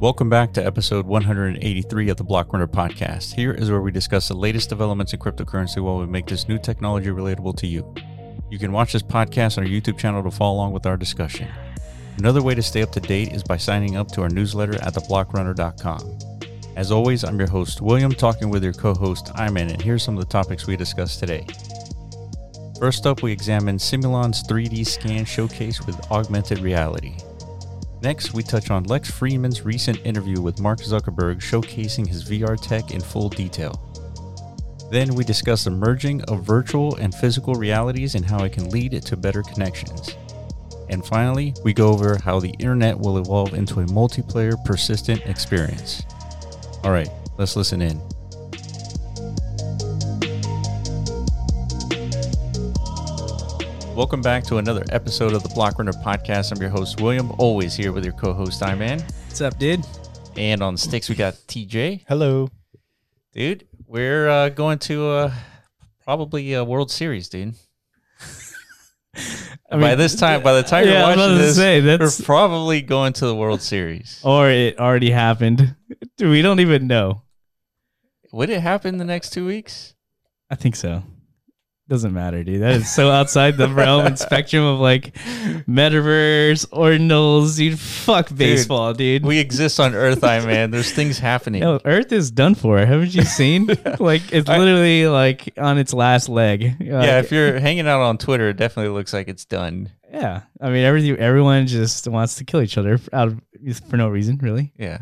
Welcome back to episode 183 of the Blockrunner podcast. Here is where we discuss the latest developments in cryptocurrency while we make this new technology relatable to you. You can watch this podcast on our YouTube channel to follow along with our discussion. Another way to stay up to date is by signing up to our newsletter at theblockrunner.com. As always, I'm your host, William, talking with your co host, Iman, and here's some of the topics we discussed today. First up, we examine Simulon's 3D scan showcase with augmented reality. Next, we touch on Lex Freeman's recent interview with Mark Zuckerberg showcasing his VR tech in full detail. Then, we discuss the merging of virtual and physical realities and how it can lead to better connections. And finally, we go over how the internet will evolve into a multiplayer persistent experience. All right, let's listen in. Welcome back to another episode of the Block Runner Podcast. I'm your host, William, always here with your co host, Iman. What's up, dude? And on sticks, we got TJ. Hello. Dude, we're uh, going to uh, probably a World Series, dude. I mean, by this time, by the time yeah, I you're was watching about to this, say, that's- we're probably going to the World Series. or it already happened. Dude, we don't even know. Would it happen the next two weeks? I think so. Doesn't matter, dude. That is so outside the realm and spectrum of like metaverse, ordinals, dude. Fuck baseball, dude. We exist on Earth, I man. There's things happening. no, Earth is done for. Haven't you seen? Like it's I- literally like on its last leg. yeah, Like, if you're hanging out on Twitter, it definitely looks like it's done. yeah. I mean, everything. Everyone just wants to kill each other out of for no reason, really. Yeah.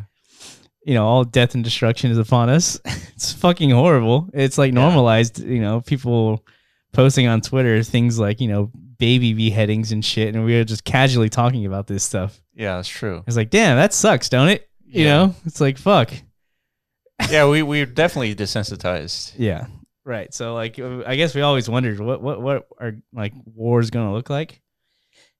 you know, all death and destruction is upon us. it's fucking horrible. It's like normalized, you know, people posting on Twitter things like, you know, baby beheadings and shit. And we were just casually talking about this stuff. Yeah, that's true. It's like, damn, that sucks, don't it? You Yeah. know, it's like, fuck. Yeah, we, we're definitely desensitized. Yeah. Right. So, like, uh, I guess we always wondered what, what, what are like wars going to look like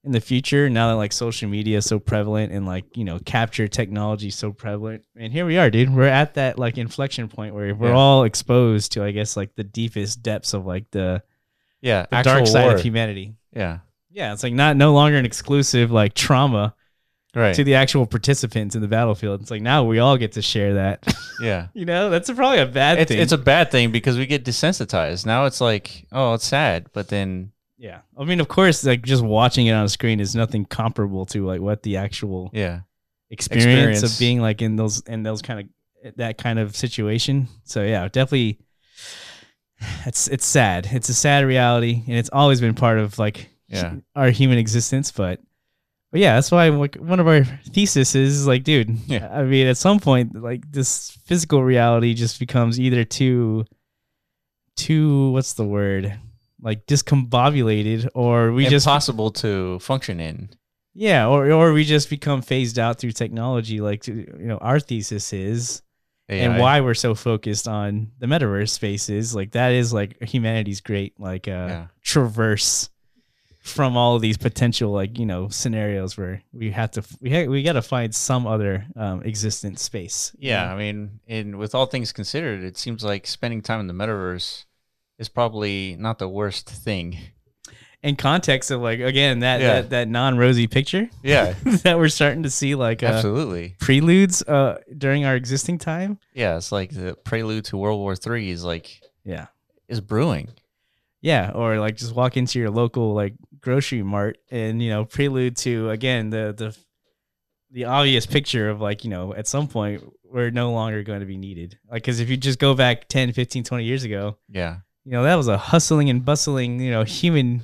in the future now that like social media is so prevalent and like, you know, capture technology is so prevalent. And here we are, dude. We're at that like inflection point where we're Yeah. all exposed to, I guess, like the deepest depths of like the, Yeah, the actual dark side war. of humanity. Yeah, Yeah. It's like not no longer an exclusive like trauma right. to the actual participants in the battlefield. It's like now we all get to share that. yeah, you know, that's probably a bad it's, thing. it's a bad thing because we get desensitized. Now it's like, oh, it's sad, but then Yeah. I mean, of course, like just watching it on a screen is nothing comparable to like what the actual yeah, experience, Experience. of being like in those in those kind of that kind of situation. So yeah, definitely it's it's sad. It's a sad reality and it's always been part of like Yeah. our human existence, but but yeah, that's why like, one of our theses is like, dude, Yeah. I mean, at some point, like this physical reality just becomes either too, too, what's the word, like discombobulated, or we just impossible to function in. yeah, or or we just become phased out through technology. Like you know, our thesis is, and AI. why we're so focused on the metaverse spaces. Like that is like humanity's great like uh, Yeah. traverse from all these potential like you know scenarios where we have to we ha- we got to find some other um, existent space. you Yeah, know? I mean, and with all things considered, it seems like spending time in the metaverse is probably not the worst thing. in context of like again that Yeah. that, that non rosy picture Yeah, that we're starting to see like uh, absolutely. preludes uh, during our existing time. Yeah, it's like the prelude to World War Three is like Yeah. is brewing. Yeah, or like just walk into your local like grocery mart and you know prelude to again the the the obvious picture of like you know at some point we're no longer going to be needed like because if you just go back 10 15 20 years ago Yeah, you know that was a hustling and bustling you know human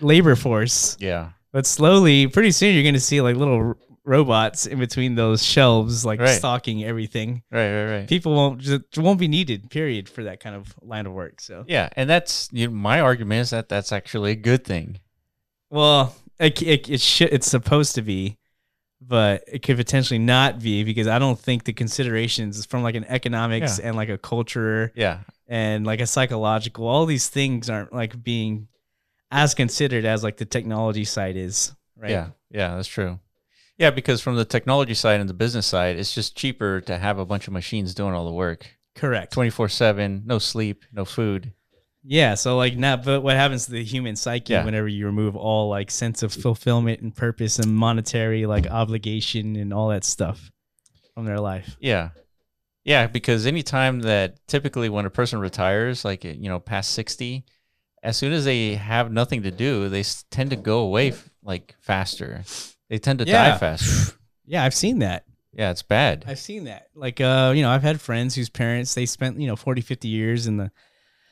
labor force yeah, but slowly pretty soon you're going to see like little r- robots in between those shelves like Right. stocking everything right, right, right. people won't just won't be needed period for that kind of line of work so Yeah, and that's you know, my argument is that that's actually a good thing. Well, it it, it should, it's supposed to be, but it could potentially not be because I don't think the considerations from like an economics and like a culture Yeah, and like a psychological, all these things aren't like being as considered as like the technology side is, right? yeah, yeah, that's true. Yeah, because from the technology side and the business side, it's just cheaper to have a bunch of machines doing all the work, Correct. twenty four seven, no sleep, no food. Yeah. So like not, but what happens to the human psyche Yeah. whenever you remove all like sense of fulfillment and purpose and monetary like obligation and all that stuff? from their life. Yeah. Yeah, because anytime that typically when a person retires, like, you know, past 60, as soon as they have nothing to do, they s- tend to go away f- like faster. They tend to die Yeah. faster. Yeah, I've seen that. Yeah, it's bad. I've seen that. Like, uh, you know, I've had friends whose parents they spent you know 40, 50 years in the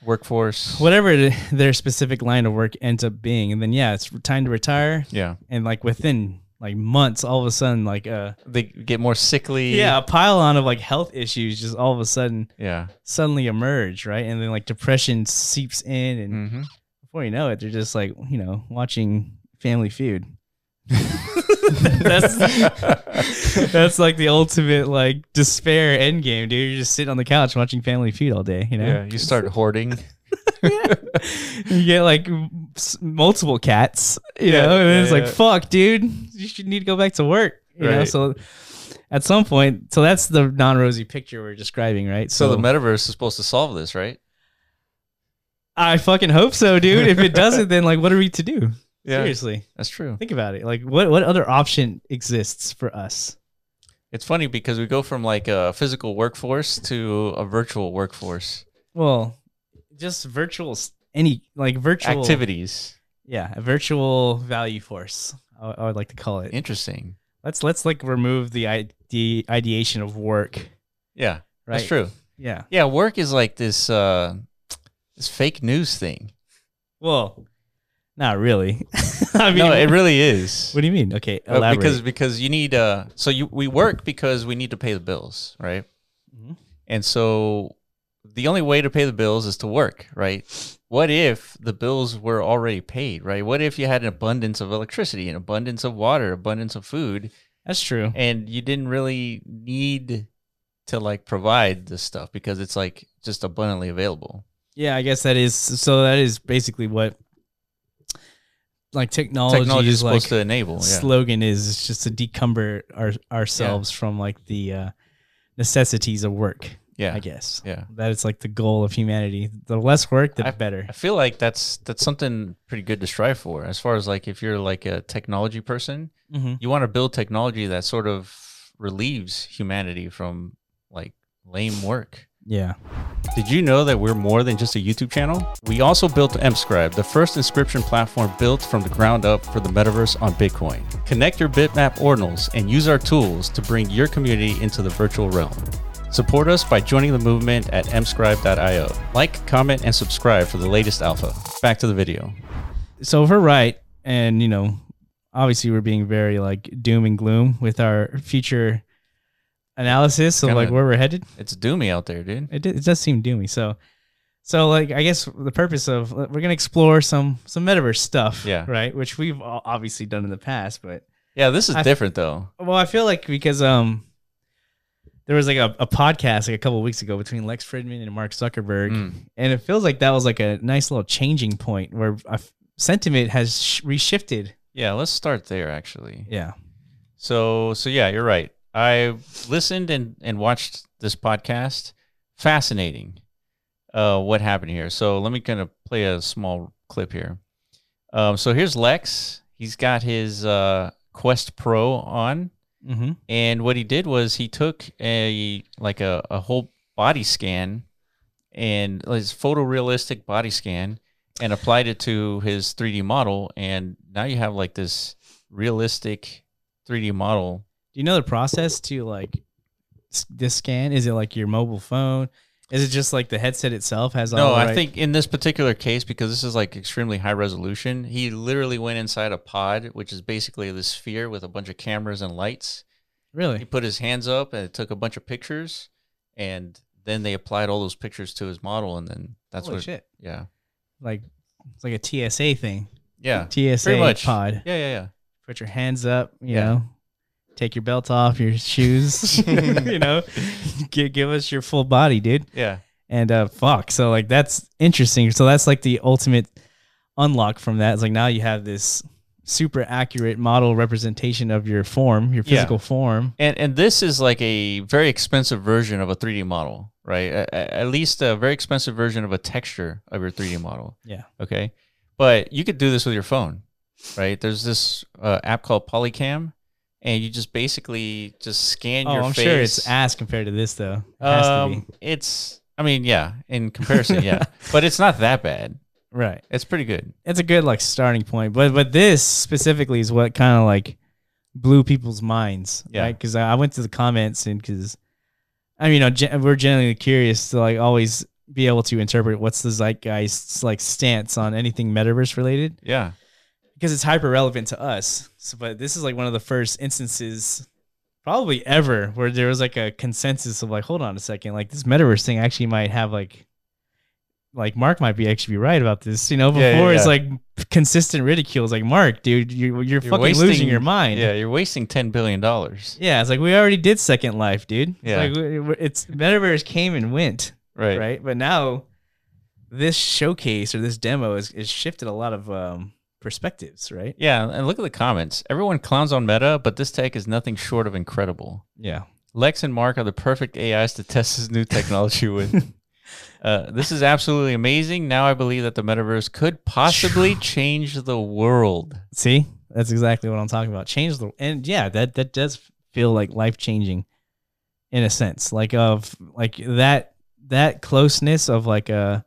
Workforce. whatever it- their specific line of work ends up being, and then yeah, it's time to retire, Yeah. and like within like months, all of a sudden, like uh, They get more sickly. yeah, a pile on of like health issues just all of a sudden Yeah. suddenly emerge, right? And then like depression seeps in, and hmm before you know it, they're just like you know watching Family Feud. that's that's like the ultimate like despair end game, dude. You're just sitting on the couch watching Family Feud all day, you know. Yeah. You start hoarding. you get like s- multiple cats, you Yeah, know, and yeah, it's like, yeah. fuck, dude, you should need to go back to work, you know. Right. So at some point, so that's the non-rosy picture we're describing, right? So the metaverse is supposed to solve this, right? I fucking hope so, dude. If it doesn't, then like, what are we to do? Seriously, That's true. think about it. Like, what what other option exists for us? It's funny because we go from like a physical workforce to a virtual workforce Well, just virtual, s- any like virtual activities. Yeah, a virtual value force. I, I would like to call it. Interesting. Let's let's like remove the ide- ideation of work. Yeah, Right. that's true. Yeah. Yeah, work is like this uh this fake news thing. Well, not really. I mean, no, it really is. what do you mean? Okay, Uh, elaborate. because because you need uh so you we work because we need to pay the bills, right? Mhm. And so the only way to pay the bills is to work, right? What if the bills were already paid, right? What if you had an abundance of electricity, an abundance of water, abundance of food, that's true. and you didn't really need to like provide this stuff because it's like just abundantly available. Yeah, I guess that is. So that is basically what like technology, Technology is is like supposed to enable, yeah. slogan is. It's just to decumber our, ourselves from like the uh, necessities of work. yeah. I guess yeah. that is like the goal of humanity. The less work, the better. I feel like that's that's something pretty good to strive for as far as like if you're like a technology person, mm-hmm. you want to build technology that sort of relieves humanity from like lame work. Yeah. Did you know that we're more than just a YouTube channel? We also built MScribe, the first inscription platform built from the ground up for the metaverse on Bitcoin. Connect your Bitmap ordinals and use our tools to bring your community into the virtual realm. Support us by joining the movement at mscribe.io. Like, comment, and subscribe for the latest alpha. Back to the video. so if we're right and you know obviously we're being very like doom and gloom with our future analysis of Kinda- like where we're headed It's doomy out there, dude. it, d- it does seem doomy so so like i guess the purpose of we're gonna explore some some metaverse stuff Yeah. right which we've all obviously done in the past but Yeah, this is I- different though. well i feel like because um there was like a, a podcast like a couple weeks ago between lex fridman and mark zuckerberg Mm. and it feels like that was like a nice little changing point where uh, sentiment has sh- reshifted Yeah, let's start there actually. yeah So so yeah, you're right. I listened and and watched this podcast. Fascinating. Uh, what happened here? So let me kind of play a small clip here. Um, so here's Lex. He's got his uh, Quest Pro on, mm-hmm and what he did was he took a like a, a whole body scan and his photorealistic body scan and applied it to his 3D model, and now you have like this realistic 3D model Do you know the process to like s- this scan? Is it like your mobile phone? Is it just like the headset itself has all? No, the I right- think in this particular case, because this is like extremely high resolution, he literally went inside a pod, which is basically the sphere with a bunch of cameras and lights. He really. put his hands up and it took a bunch of pictures, and then they applied all those pictures to his model, and then that's Holy what. shit! Yeah, Like it's like a TSA thing. yeah, TSA pretty much. pod. yeah, yeah, yeah. Put your hands up. You Yeah. know, take your belt off, your shoes. you know, give, give us your full body, dude. Yeah, And uh, fuck. So like that's interesting. So that's like the ultimate unlock from that. It's like now you have this super accurate model representation of your form, your Yeah. physical form. and and this is like a very expensive version of a 3D model, right? A- a- at least a very expensive version of a texture of your 3D model. Yeah. Okay. But you could do this with your phone, right? There's this uh, app called Polycam, and you just basically just scan Oh, your I'm face. sure it's ass compared to this though. It has to um, be. it's I mean, yeah, in comparison, yeah, but it's not that bad. Right. It's pretty good. It's a good like starting point, but but this specifically is what kind of like blew people's minds. Yeah. Because I I went to the comments and because I mean, you know, gen- we're generally curious to like always be able to interpret what's the zeitgeist's like stance on anything metaverse related. Yeah, because it's hyper relevant to us. So, but this is like one of the first instances, probably ever, where there was like a consensus of like, hold on a second, like this metaverse thing actually might have like, like Mark might be actually be right about this. You know, before Yeah, yeah, it's yeah. like consistent ridicule. It's like Mark, dude, you, you're, fucking losing wasting- your mind. yeah, you're wasting ten billion dollars. Yeah, it's like we already did Second Life, dude. It's Yeah. like we- we- it's metaverse came and went, Right. right? But now, this showcase or this demo is, is shifted a lot of um, perspectives, right? Yeah, and look at the comments. Everyone clowns on Meta, but this tech is nothing short of incredible. Yeah. Lex and Mark are the perfect AIs to test this new technology with. Uh, this is absolutely amazing. Now I believe that the metaverse could possibly change the world. See, that's exactly what I'm talking about. Change the and yeah, that that does feel like life changing, in a sense. Like of like that that closeness of like uh,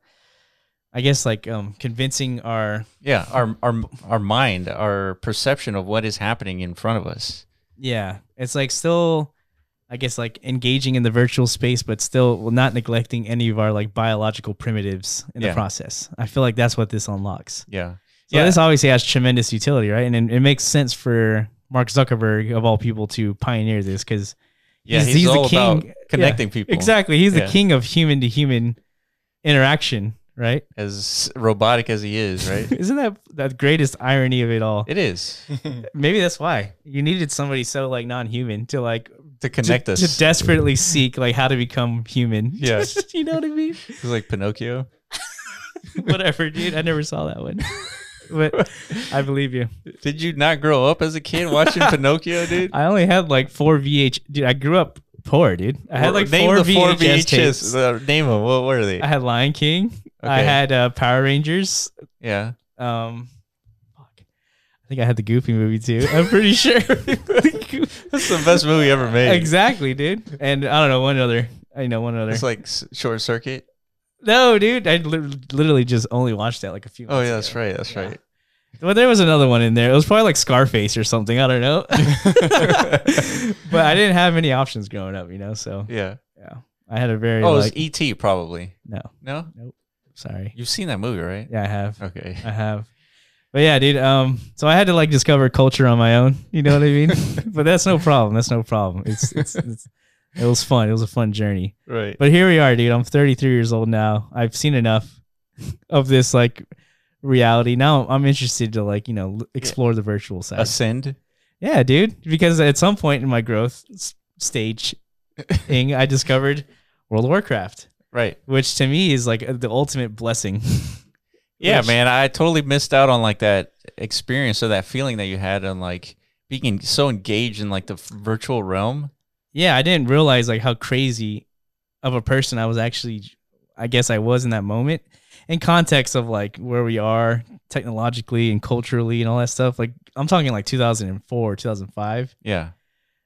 I guess like um convincing our Yeah, our our our mind, our perception of what is happening in front of us. yeah, it's like still. I guess like engaging in the virtual space, but still well, not neglecting any of our like biological primitives in Yeah. the process. I feel like that's what this unlocks. Yeah. So Yeah. this obviously has tremendous utility, right? And, it- it makes sense for Mark Zuckerberg of all people to pioneer this because Yeah, He's- he's, he's the all about king. connecting people. Exactly. He's Yeah. the king of human to human interaction, right? As robotic as he is, right? Isn't that the greatest irony of it all? it is Maybe that's why you needed somebody so like non-human to like to connect to, us. to desperately seek like how to become human. Yeah. you know what I mean? He's like Pinocchio. Whatever, dude. I never saw that one. But I believe you. Did you not grow up as a kid watching Pinocchio, dude? I only had like four VH. Dude, I grew up poor, dude. I had like name four, the VHS, four VHS. tapes. uh, name them. What were they? I had Lion King. I Okay. had uh, Power Rangers. yeah. Um, fuck. I think I had the Goofy movie too. I'm pretty sure. That's the best movie ever made. exactly, dude. And I don't know one other. I know one other. It's like s- Short Circuit. no, dude. I li- literally just only watched that like a few. Oh months yeah, that's ago. right. That's Yeah. right. But there was another one in there. It was probably like Scarface or something. I don't know. but I didn't have many options growing up, you know. So Yeah. yeah, I had a very Oh, like it's E.T. probably. no. No, Sorry. you've seen that movie, right? Yeah, I have. Okay. I have. But yeah, dude. Um, so I had to like discover culture on my own. You know what I mean? but that's no problem. That's no problem. It's, it's, it's it was fun. It was a fun journey. Right. But here we are, dude. I'm 33 years old now. I've seen enough of this like reality. Now I'm interested to like you know l- explore the virtual side. Ascend. yeah, dude. Because at some point in my growth s- stage thing, I discovered World of Warcraft, Right. which to me is like the ultimate blessing. Yeah, Which- man. I totally missed out on like that experience or that feeling that you had on like being en- so engaged in like the f- virtual realm. yeah, I didn't realize like how crazy of a person I was actually. I guess I was in that moment. In context of like where we are technologically and culturally and all that stuff, like I'm talking like 2004, 2005. Yeah.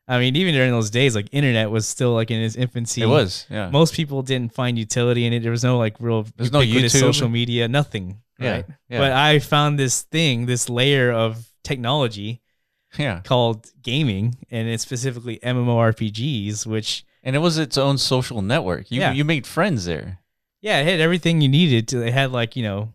I mean, even during those days, like internet was still like in its infancy. It was. Yeah. Most people didn't find utility in it. There was no like real There's no ubiquitous YouTube. social media, nothing. Yeah. Right. Yeah. But I found this thing, this layer of technology yeah. called gaming, and it's specifically MMORPGs, which And it was its own social network. You Yeah. you made friends there. Yeah, it had everything you needed. To, it had like you know,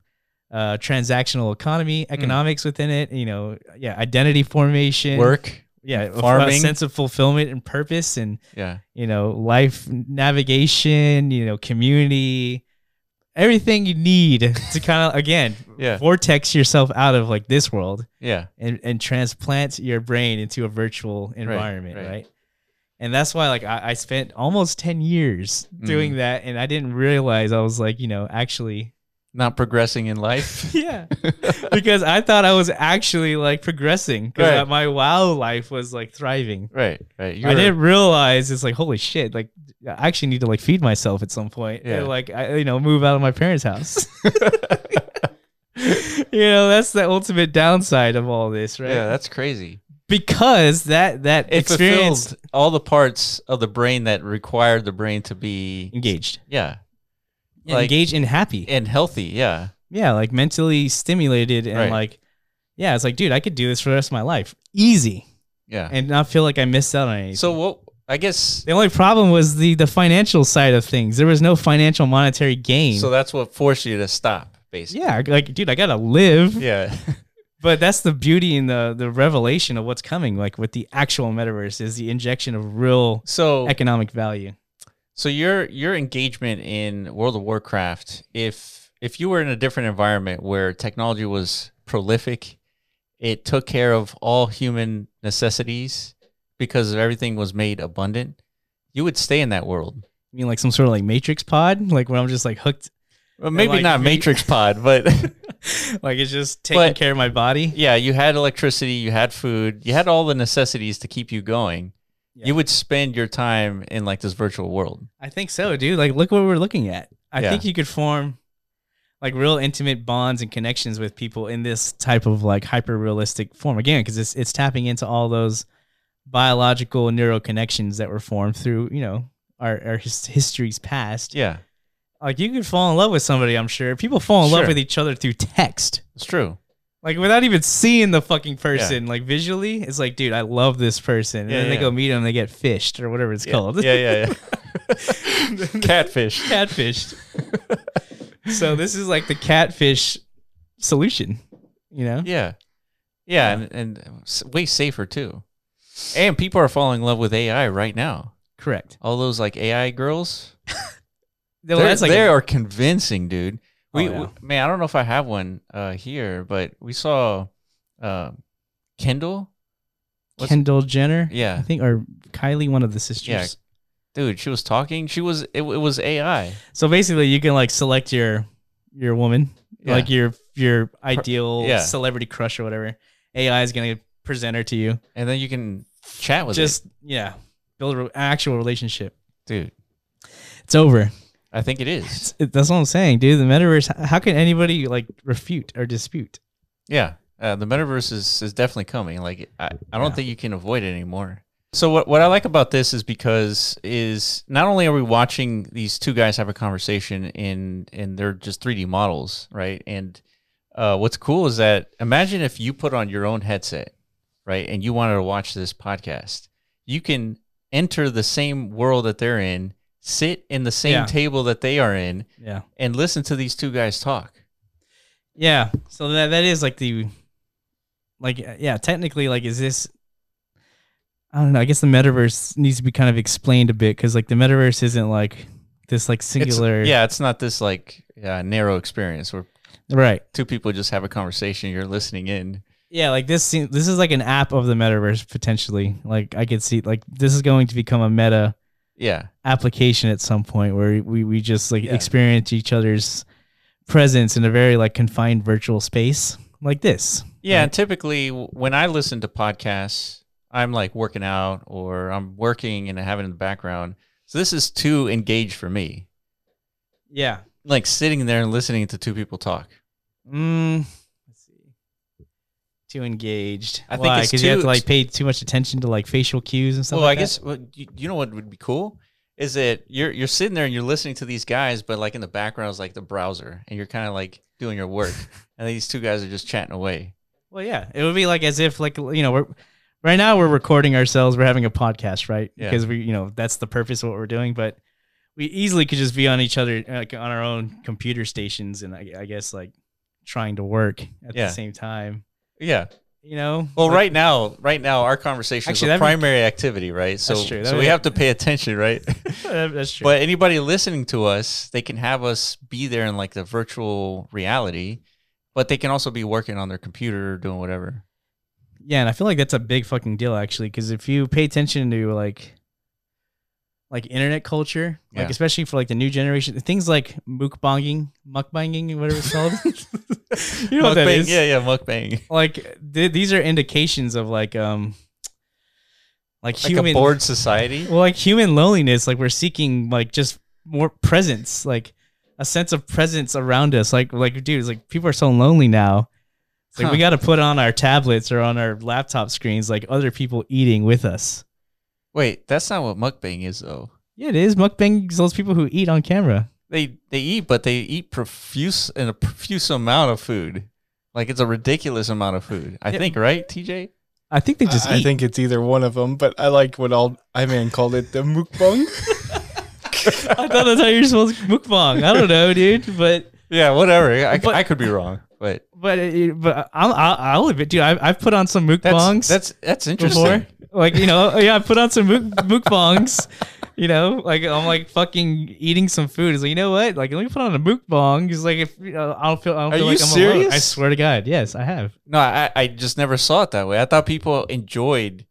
uh, transactional economy, Mm. economics within it. You know, yeah, identity formation, Work. yeah, a- a farming. sense of fulfillment and purpose, and Yeah. you know, life navigation. You know, community, everything you need to kind of again Yeah. vortex yourself out of like this world Yeah. and and transplant your brain into a virtual environment, right? right. And that's why, like, I, I spent almost ten years doing that, and I didn't realize I was like, you know, actually, Not progressing in life. yeah, because I thought I was actually like progressing because Right. my WoW life was like thriving. right. Right. You I were- didn't realize it's like holy shit, like I actually need to like feed myself at some point, Yeah. and, like I, you know, move out of my parents' house. you know, that's the ultimate downside of all this, right? Yeah, that's crazy. because that that It experience fulfilled all the parts of the brain that required the brain to be engaged, yeah Like- engaged and happy. and healthy. Yeah, yeah, like mentally stimulated and Right. like yeah, it's like dude, I could do this for the rest of my life, easy, yeah. and not feel like I missed out on anything. So what? I guess the only problem was the the financial side of things. There was no financial monetary gain. so. That's what forced you to stop, basically. yeah, like dude, I gotta live. Yeah. But that's the beauty and the the revelation of what's coming. Like with the actual metaverse is the injection of real So economic value. So your your engagement in World of Warcraft, if if you were in a different environment where technology was prolific, it took care of all human necessities because everything was made abundant, you would stay in that world. I mean, like some sort of like Matrix pod, like where I'm just like hooked. Well, maybe like, not re- Matrix Pod, but like it's just taking But- care of my body. yeah, you had electricity, you had food, you had all the necessities to keep you going. Yeah. You would spend your time in like this virtual world. I think so, dude. Like, look what we're looking at. I Yeah. think you could form like real intimate bonds and connections with people in this type of like hyper realistic form again, because it's it's tapping into all those biological neural connections that were formed through you know our our his, history's past. Yeah, Like, you could fall in love with somebody. I'm sure people fall in Sure. love with each other through text. it's true. Like without even seeing the fucking person, like visually, it's like, dude, I love this person. And Yeah, then they yeah. go meet him, they get fished or whatever it's called. Yeah, yeah, yeah. Catfish. catfished. so this is like the catfish solution, you know? Yeah. Yeah, and, and s- way safer too. And people are falling in love with AI right now. Correct. All those like AI girls, they're- Well, that's like they a- are convincing, dude. We, Oh, yeah. we- man, I don't know if I have one uh, here, but we saw uh, Kendall. what's- Kendall Jenner, I Yeah, think, or Kylie, one of the sisters. Yeah. dude, she was talking. She was it, it was AI. So basically, you can like select your your woman, Yeah. like your your ideal yeah. celebrity crush or whatever. AI is gonna present her to you. and then you can chat with Just yeah, build a re- actual relationship. it, dude. It's over. I think it is. It's, it, that's what I'm saying, dude. The metaverse. h- How can anybody like refute or dispute? Yeah, uh, the metaverse is, is definitely coming. Like I, I don't Yeah. think you can avoid it anymore. So what what I like about this is because is not only are we watching these two guys have a conversation in and they're just 3D models, right? And uh, what's cool is that imagine if you put on your own headset, right, and you wanted to watch this podcast, you can enter the same world that they're in, sit in the same Yeah. table that they are in, Yeah. and listen to these two guys talk. Yeah. So that that is like the like uh, yeah, technically like is this I don't know, I guess the metaverse needs to be kind of explained a bit cuz like the metaverse isn't like this like It's- singular yeah, it's not this like uh, narrow experience where right. two people just have a conversation. You're listening in. Yeah, like this seem- this is like an app of the metaverse potentially. Like I could see like this is going to become a meta Yeah, application at some point where we we just like Yeah. experience each other's presence in a very like confined virtual space like this. yeah. Right. And typically, w- when I listen to podcasts, I'm like working out or I'm working and I have it in the background. So this is too engaged for me. Yeah. Like sitting there and listening to two people talk. Mm, let's see. Too engaged. I think Why? it's Because you have too to like ex- pay too much attention to like facial cues and stuff. well, like I that. guess well, you, you know what would be cool is that you're you're sitting there and you're listening to these guys, but like in the background is like the browser, and you're kind of like doing your work, and these two guys are just chatting away. Well, yeah, it would be like as if like you know we're right now we're recording ourselves. We're having a podcast, right? Yeah. Because we you know that's the purpose of what we're doing, but. We easily could just be on each other, like on our own computer stations, and I, I guess like trying to work at Yeah. the same time. Yeah. You know, Well, Like, right now, right now, our conversation Actually, is the that'd be- primary activity, right? So, true. That'd so be- we have to pay attention, right? uh, that's true. but anybody listening to us, they can have us be there in like the virtual reality, but they can also be working on their computer, doing whatever. Yeah, and I feel like that's a big fucking deal actually, because if you pay attention to like, like internet culture, Yeah. like especially for like the new generation, things like mukbanging, mukbanging, whatever it's called. you know what that Mukbang, is? Yeah, yeah, mukbang. Like th- these are indications of like um, like Like human a bored society. well, like human loneliness. Like we're seeking like just more presence, like a sense of presence around us. Like like dude, it's like people are so lonely now. It's like we Huh. got to put on our tablets or on our laptop screens like other people eating with us. Wait, that's not what mukbang is though. Yeah, it is mukbang is those people who eat on camera. They they eat, but they eat profuse in a profuse amount of food. Like it's a ridiculous amount of food. I Yeah. think, right, TJ? I think they just I, I eat. think it's either one of them, but I like what all I man called it the mukbang. I thought that's how you're supposed to mukbang. I don't know, dude, but Yeah, whatever. I, But- I could be wrong, but but it, but I'll, I'll, I'll admit, dude, I, I've put on some that's mukbangs that's that's interesting. before. Like you know, oh, yeah, I put on some muk- mukbangs. You know, like I'm like fucking eating some food. It's like you know what? Like let me put on a mukbang. It's like if you know, I don't feel, I don't Are feel you like I'm alone. serious? I swear to God, yes, I have. No, I, I just never saw it that way. I thought people enjoyed,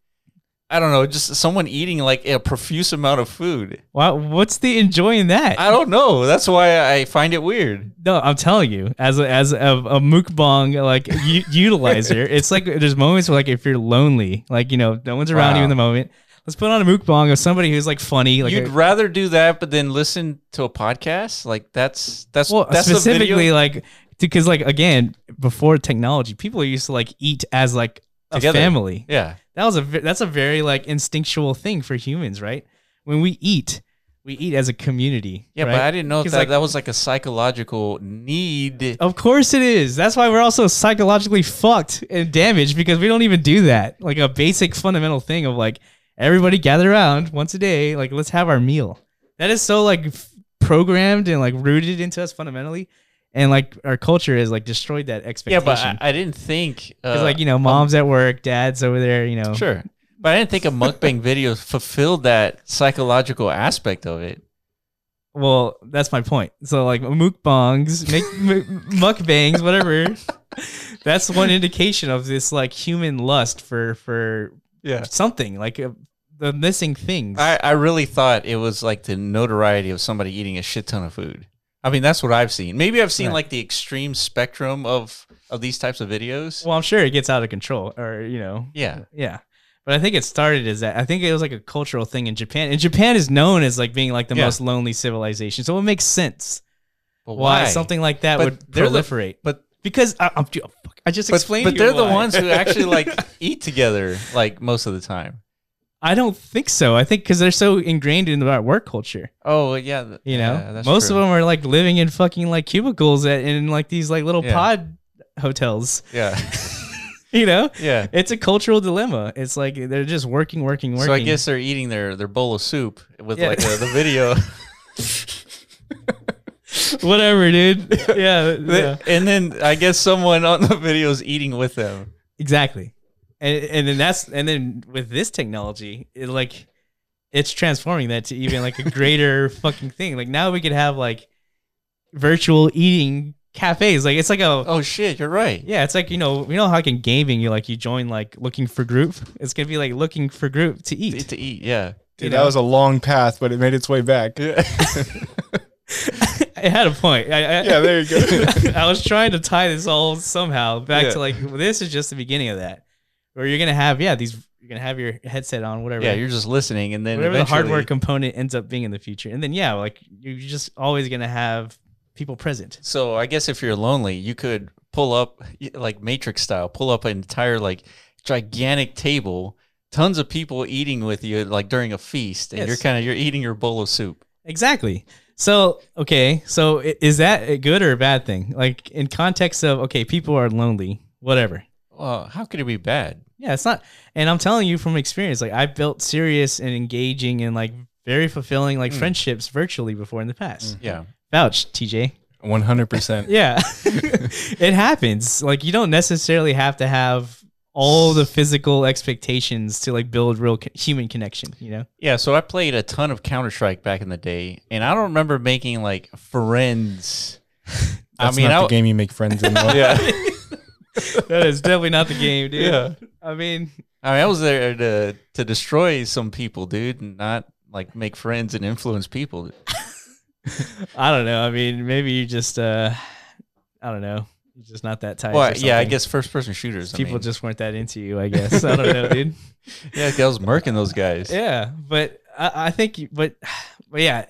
I don't know, just someone eating like a profuse amount of food. Wow, what's the enjoying that? I don't know. That's why I find it weird. No, I'm telling you, as a, as a, a mukbang like u- utilizer, it's like there's moments where like if you're lonely, like you know, no one's around you Wow. in the moment. Let's put on a mukbang of somebody who's like funny, like You'd a- rather do that, but then listen to a podcast. Like that's that's well, that's the specifically video. like because like again before technology, people used to like eat as like a Together. family. Yeah, That was a ve- that's a very like instinctual thing for humans, right? When we eat, we eat as a community. yeah, right? but I didn't know 'Cause, that like- that was like a psychological need. Of course it is. That's why we're also psychologically fucked and damaged because we don't even do that. Like a basic fundamental thing of like everybody gather around once a day, like let's have our meal. That is so like f- programmed and like rooted into us fundamentally. And like our culture has like destroyed that Yeah, expectation. but I, I didn't think Because uh, like, you know, mom's at work, dad's over there, you know. sure, but I didn't think a mukbang video fulfilled that psychological aspect of it. Well, that's my point. So like mukbangs, make m- mukbangs, whatever. That's one indication of this like human lust for for Yeah, something like uh, the missing things. I, I really thought it was like the notoriety of somebody eating a shit ton of food. I mean, that's what I've seen. Maybe I've seen Right. like the extreme spectrum of of these types of videos. well, I'm sure it gets out of control, or you know, yeah. yeah. But I think it started as that. I think it was like a cultural thing in Japan, and Japan is known as like being like the Yeah. most lonely civilization. So it makes sense But why, something like that But would they're the- proliferate. but- because I, I'm, dude, fuck, I just But, explained. but to you they're the why. ones who actually like eat together like most of the time. I don't think so. I think because they're so ingrained in our work culture. Oh yeah, th- You yeah, know, that's most true. of them are like living in fucking like cubicles at, in like these like little Yeah. pod hotels. Yeah, You know, yeah. it's a cultural dilemma. It's like they're just working, working, working. So I guess they're eating their their bowl of soup with Yeah. like uh, the video, whatever, dude. yeah, yeah. and then I guess someone on the video is eating with them. exactly. And and then that's and then with this technology, it like it's transforming that to even like a greater fucking thing. Like now we could have like virtual eating cafes. Like it's like a Oh shit, you're right. Yeah, it's like you know, you know how like in gaming you like you join like looking for group. It's gonna be like looking for group to To, eat. to eat, yeah. Dude, You know? that was a long path, but it made its way back. Yeah. I had a point. I, I, Yeah, there you go. I was trying to tie this all somehow back Yeah. to like this is just the beginning of that, where you're gonna have yeah these you're gonna have your headset on whatever Yeah, you're just listening, and then whatever the hardware eventually- component ends up being in the future, and then yeah like you're just always gonna have people present. So I guess if you're lonely, you could pull up y- like Matrix style, pull up an entire like gigantic table, tons of people eating with you like during a feast, and you're Yes. kind of you're eating your bowl of soup. Exactly. So okay, so i- is that a good or a bad thing? Like in context of okay, people are lonely, whatever. Well, Uh, how could it be bad? Yeah, it's not. And I'm telling you from experience, like I've built serious and engaging and like very fulfilling like Mm. friendships virtually before in the past. Yeah, Vouch, TJ. One hundred percent. Yeah, it happens. Like you don't necessarily have to have all the physical expectations to like build real co- human connection. You know, yeah. So I played a ton of Counter Strike back in the day, and I don't remember making like friends. I That's mean, not I the game you make friends in. though. yeah, that is definitely not the game, dude. Yeah. I mean, I mean, I was there to to destroy some people, dude, and not like make friends and influence people. I don't know. I mean, maybe you just, uh I don't know, you're just not that type. or Well, yeah, I something. guess first person shooters. I people mean. just weren't that into you. I guess I don't know, dude. Yeah, 'cause I was murking those guys. Yeah, but I, I think, you- but, but yeah,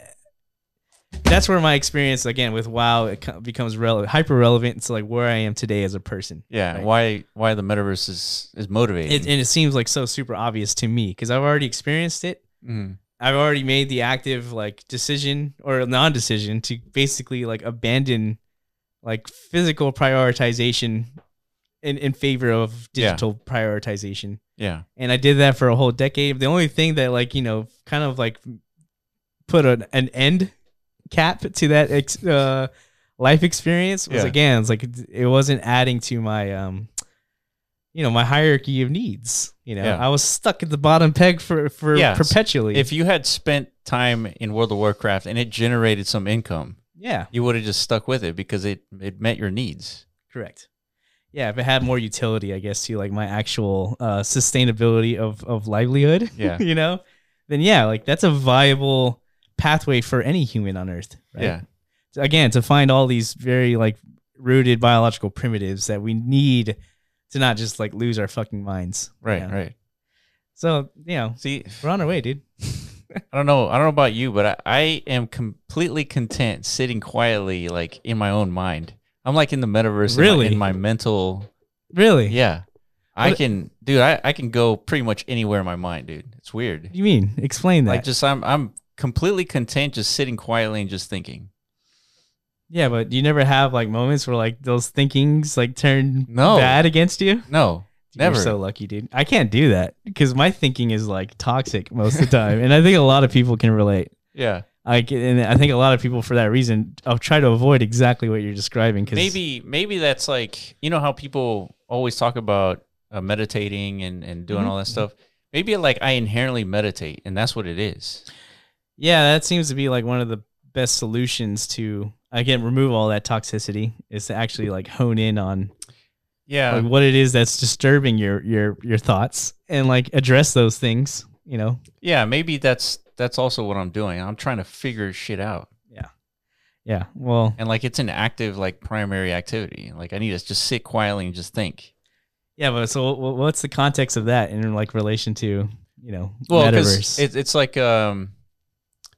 that's where my experience again with WoW it co- becomes relevant, hyper relevant to like where I am today as a person. Yeah, Right. why why the metaverse is is motivating? It, and it seems like so super obvious to me because I've already experienced it. Mhm. I've already made the active like decision or non-decision to basically like abandon like physical prioritization in in favor of Yeah. digital prioritization. Yeah, and I did that for a whole decade. The only thing that like you know kind of like put an, an end cap to that ex- uh, life experience was Yeah. again it's like it wasn't adding to my um you know my hierarchy of needs. You know Yeah. I was stuck at the bottom peg for for Yeah, so perpetually. if you had spent time in World of Warcraft and it generated some income, yeah, you would have just stuck with it because it it met your needs. correct. Yeah, if it had more utility, I guess to like my actual uh, sustainability of of livelihood. Yeah. you know, then yeah, like that's a viable pathway for any human on Earth. Right? Yeah, again to find all these very like rooted biological primitives that we need to not just like lose our fucking minds. you right, know? right. So you know See, we're on our way, dude. I don't know. I don't know about you, but I, I am completely content sitting quietly, like in my own mind. I'm like in the metaverse, in my- Really? in my mental Really? Yeah. I What- can dude, I, I can go pretty much anywhere in my mind, dude. It's weird. What do you mean? Explain that. Like just I'm I'm completely content just sitting quietly and just thinking. yeah, but you never have like moments where like those thinkings like turn No. bad against you. No. Dude, you're Never. so lucky, dude. I can't do that because my thinking is like toxic most of the time, and I think a lot of people can relate. Yeah. Like, and I think a lot of people for that reason, I'll try to avoid exactly what you're describing. Because Maybe maybe that's like you know how people always talk about uh, meditating and, and doing Mhm. all that stuff. Maybe like I inherently meditate and that's what it is. Yeah, that seems to be like one of the best solutions to again remove all that toxicity is to actually like hone in on Yeah. like what it is that's disturbing your your your thoughts and like address those things, you know. yeah, maybe that's that's also what I'm doing. I'm trying to figure shit out. Yeah. Well, And like it's an active like primary activity. Like I need to just sit quietly and just think. yeah, but so wh- what's the context of that in like relation to, you know, well because metaverse? it, it's like um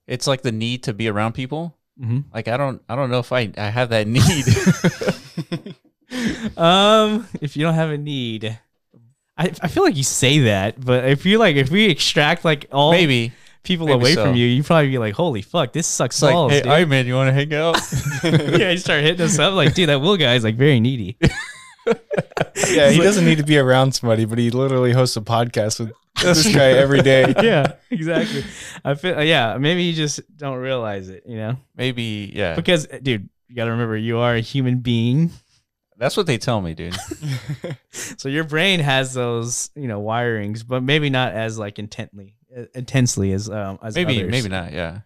it's like the need to be around people Mhm. like i don't i don't know if i i have that need um if you don't have a need I, I feel like you say that, but if you like, if we extract like all maybe people maybe away so. from you, you probably be like, "Holy fuck, this sucks it's like balls." hey dude." Iron Man, you want to hang out yeah, you start hitting us up like, dude, that Will guy is like very needy. Yeah, he doesn't need to be around somebody, but he literally hosts a podcast with this guy every day. yeah, exactly. I feel yeah, maybe you just don't realize it, you know? maybe yeah Because dude, you got to remember you are a human being. that's what they tell me dude So your brain has those, you know, wirings, but maybe not as like intently uh, intensely as um as maybe others. maybe not yeah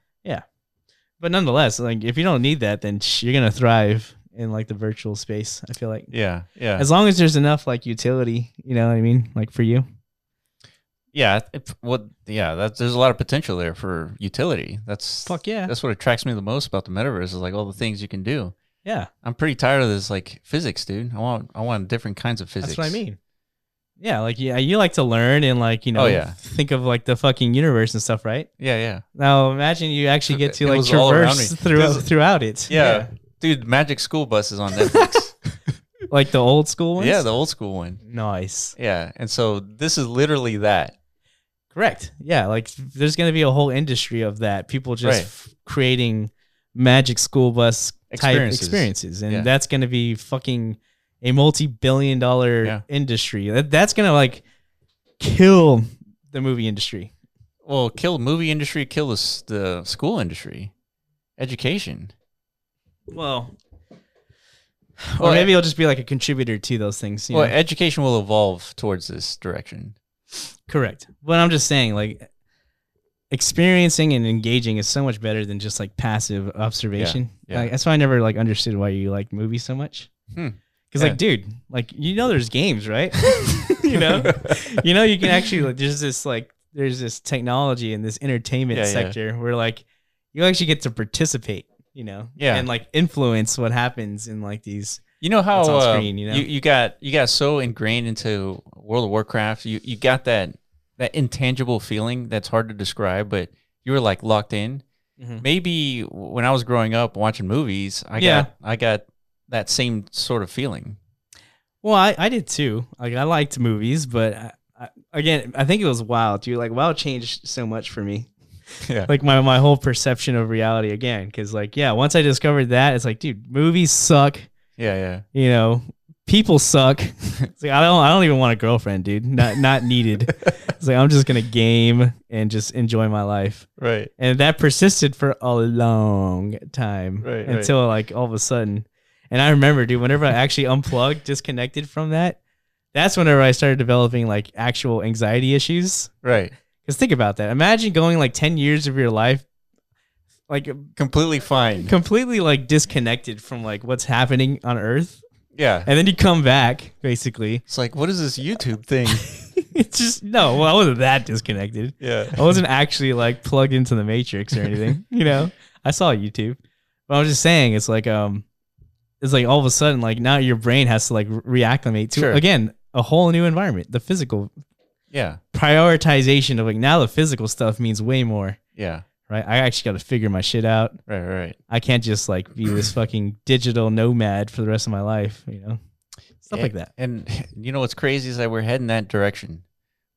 But nonetheless, like if you don't need that then sh- you're going to thrive in like the virtual space, I feel like. yeah yeah As long as there's enough like utility, you know what I mean? Like for you. yeah it, what yeah that's there's a lot of potential there for utility that's Fuck yeah. that's what attracts me the most about the metaverse is like all the things you can do Yeah. i'm pretty tired of this like physics dude i want i want different kinds of physics That's what I mean. Yeah, like yeah, you like to learn and like you know, Oh, yeah. think of like the fucking universe and stuff, right? yeah yeah Now imagine you actually get to It like was all around traverse me. throughout This- throughout it. Yeah. Dude, Magic School Bus is on Netflix. Yeah. like the old school ones. yeah, the old school one. nice, Yeah. And so this is literally that. correct. Yeah, like there's gonna be a whole industry of that. People just Right. f- creating magic school bus Experiences. type experiences, and Yeah. that's gonna be fucking a multi-billion dollar Yeah. industry. That, that's gonna like kill the movie industry. Well, kill movie industry, kill the, s- the school industry, education. Well, Well, or maybe it'll just be like a contributor to those things. You Well, know? education will evolve towards this direction. eh, Correct. But I'm just saying, like, experiencing and engaging is so much better than just like passive observation. yeah. Like, that's why I never like understood why you like movies so much. Hmm. Cause Yeah. like, dude, like you know, there's games, right? you know, you know, you can actually like, there's this like there's this technology in this entertainment Yeah, yeah. sector where like you actually get to participate, you know, Yeah. and like influence what happens in like these. You know how That's on uh, screen, you know? you, you got you got so ingrained into World of Warcraft, you, you got that that intangible feeling that's hard to describe, but you were like locked in. Mhm. maybe when I was growing up watching movies, I Yeah. got I got that same sort of feeling. Well, I, I did too. Like I liked movies, but I, I, again, I think it was Wild. Dude, like Wild changed so much for me. Yeah. Like my my whole perception of reality again, because like yeah, once I discovered that, it's like dude, movies suck. Yeah, yeah. You know, people suck. It's like I don't I don't even want a girlfriend, dude. Not not needed. it's like I'm just gonna game and just enjoy my life. Right. and that persisted for a long time Right, right. until like all of a sudden and i remember dude whenever i actually unplugged disconnected from that that's whenever i started developing like actual anxiety issues Right. because think about that imagine going like 10 years of your life like Completely fine. completely like disconnected from like what's happening on earth yeah. and then you come back basically It's like what is this YouTube thing? it's just no well i wasn't that disconnected yeah. I wasn't actually like plugged into the matrix or anything, you know. I saw YouTube. But I was just saying it's like um it's like all of a sudden like now your brain has to like reacclimate to Sure. again a whole new environment, the physical Yeah. prioritization of like now the physical stuff means way more, Yeah. right? I actually got to figure my shit out. Right, right, right. I can't just like be this fucking digital nomad for the rest of my life, you know. Stuff like And- that. And you know what's crazy is that we're heading that direction.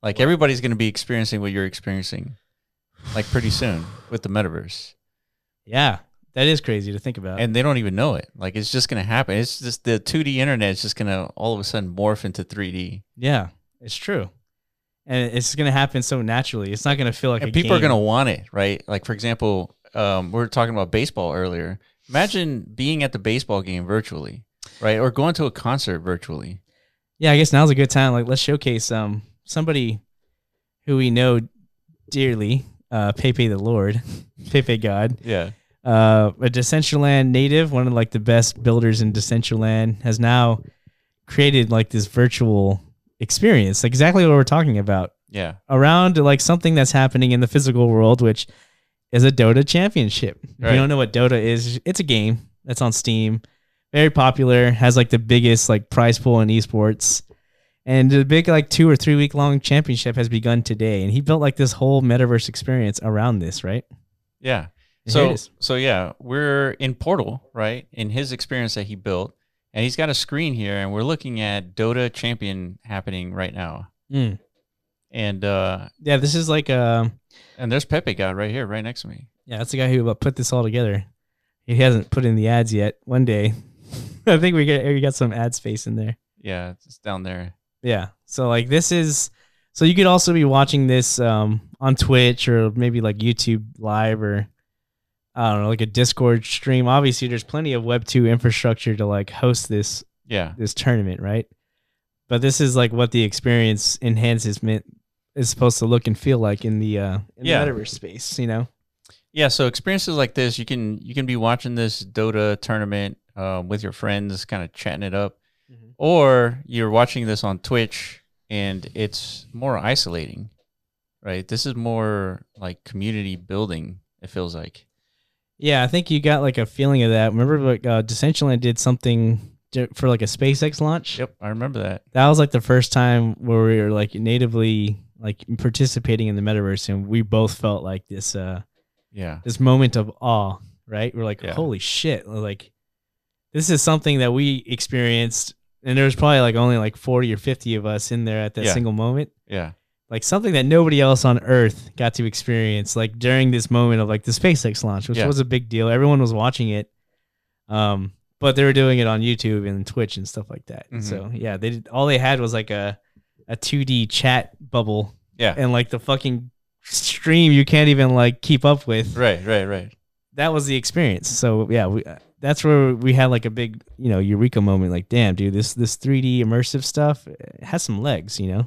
Like everybody's going to be experiencing what you're experiencing, like pretty soon with the metaverse, Yeah. That is crazy to think about. and they don't even know it. Like it's just going to happen. It's just the 2D internet is just going to all of a sudden morph into 3D, yeah. It's true. And it's going to happen so naturally. It's not going to feel like a and people are game. going to want it, right? Like for example, um, we were talking about baseball earlier. Imagine being at the baseball game virtually, right, or going to a concert virtually. yeah, I guess now's a good time. Like, let's showcase um somebody who we know dearly, uh, Pepe the Lord, Pepe God, Yeah, uh, a Decentraland native, one of like the best builders in Decentraland, has now created like this virtual experience, like exactly what we're talking about, yeah, around like something that's happening in the physical world, which is a Dota championship. If Right. you don't know what Dota is, it's a game that's on Steam, very popular, has like the biggest like prize pool in esports. And the big like two or three week long championship has begun today. And he built like this whole metaverse experience around this, right? yeah. And here So it is. so yeah, we're in Portal, right? In his experience that he built, and he's got a screen here, and we're looking at Dota Champion happening right now, Mm. and uh, yeah, this is like um and there's Pepe God right here, right next to me. Yeah, that's the guy who uh, put this all together. He hasn't put in the ads yet. One day, I think we got we got some ad space in there. Yeah, it's down there. Yeah. So like this is so you could also be watching this um on Twitch or maybe like YouTube live or I don't know, like a Discord stream. Obviously there's plenty of web two infrastructure to like host this Yeah, this tournament, right? But this is like what the experience enhances meant is supposed to look and feel like in the uh in Yeah. the metaverse space, you know? yeah. So experiences like this, you can you can be watching this Dota tournament um, with your friends, kind of chatting it up, Mhm. or you're watching this on Twitch, and it's more isolating, right? This is more like community building. It feels like. Yeah, I think you got like a feeling of that. Remember like uh Decentraland did something di- for like a SpaceX launch? Yep, I remember that. that was like the first time where we were like natively like participating in the metaverse and we both felt like this uh Yeah, this moment of awe right we're like Yeah. holy shit We're like this is something that we experienced and there was probably like only like 40 or 50 of us in there at that Yeah. single moment yeah, like something that nobody else on earth got to experience like during this moment of like the SpaceX launch which Yeah. was a big deal everyone was watching it um but they were doing it on YouTube and Twitch and stuff like that Mhm. so yeah they did, all they had was like a a 2D chat bubble Yeah. and like the fucking stream you can't even like keep up with right, right, right. that was the experience so yeah we that's where we had like a big you know eureka moment like damn dude this this 3D immersive stuff it has some legs you know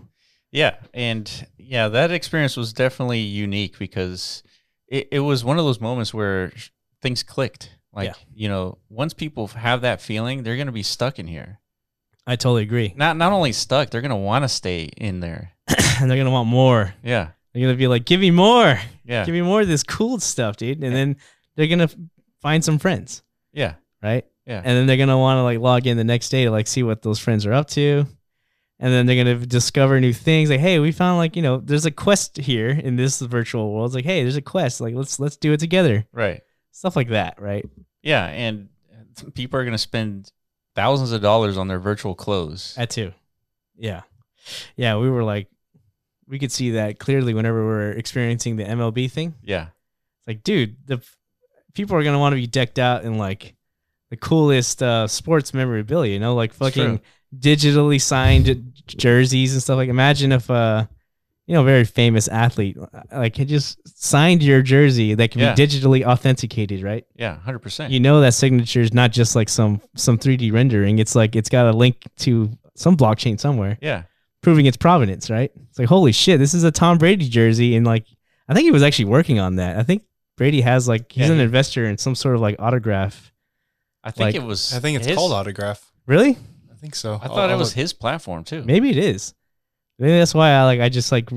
Yeah, and yeah, that experience was definitely unique because it, it was one of those moments where sh- things clicked. Like Yeah. you know, once people have that feeling, they're gonna be stuck in here. I totally agree Not not only stuck, they're gonna want to stay in there. and they're going to want more Yeah, They're gonna be like, "Give me more, yeah, give me more of this cool stuff, dude." And then they're gonna f- find some friends, yeah, right? Yeah. And then they're gonna want to like log in the next day to like see what those friends are up to, and then they're gonna discover new things. Like, hey, we found like you know, there's a quest here in this virtual world. It's like, hey, there's a quest. Like, let's let's do it together. Right. Stuff like that, right? Yeah, and people are going to spend thousands of dollars on their virtual clothes. At two. Yeah, yeah. We were like, we could see that clearly whenever we we're experiencing the MLB thing. yeah. It's like, dude, the people are gonna want to be decked out in like the coolest uh, sports memorabilia. You know, like fucking digitally signed j- jerseys and stuff. Like, imagine if uh, you know, very famous athlete uh, like had just signed your jersey that can Yeah. be digitally authenticated, right? Yeah, 100%. You know that signature is not just like some some 3D rendering. It's like it's got a link to some blockchain somewhere, yeah. proving its provenance, right? It's like holy shit, this is a Tom Brady jersey, and like I think he was actually working on that. I think Brady has like he's Yeah, an he- investor in some sort of like autograph. I think Like- it was I think it's his- called autograph. Really? I think so. I I'll- thought it I'll was look. his platform too. Maybe it is. Maybe that's why I like I just like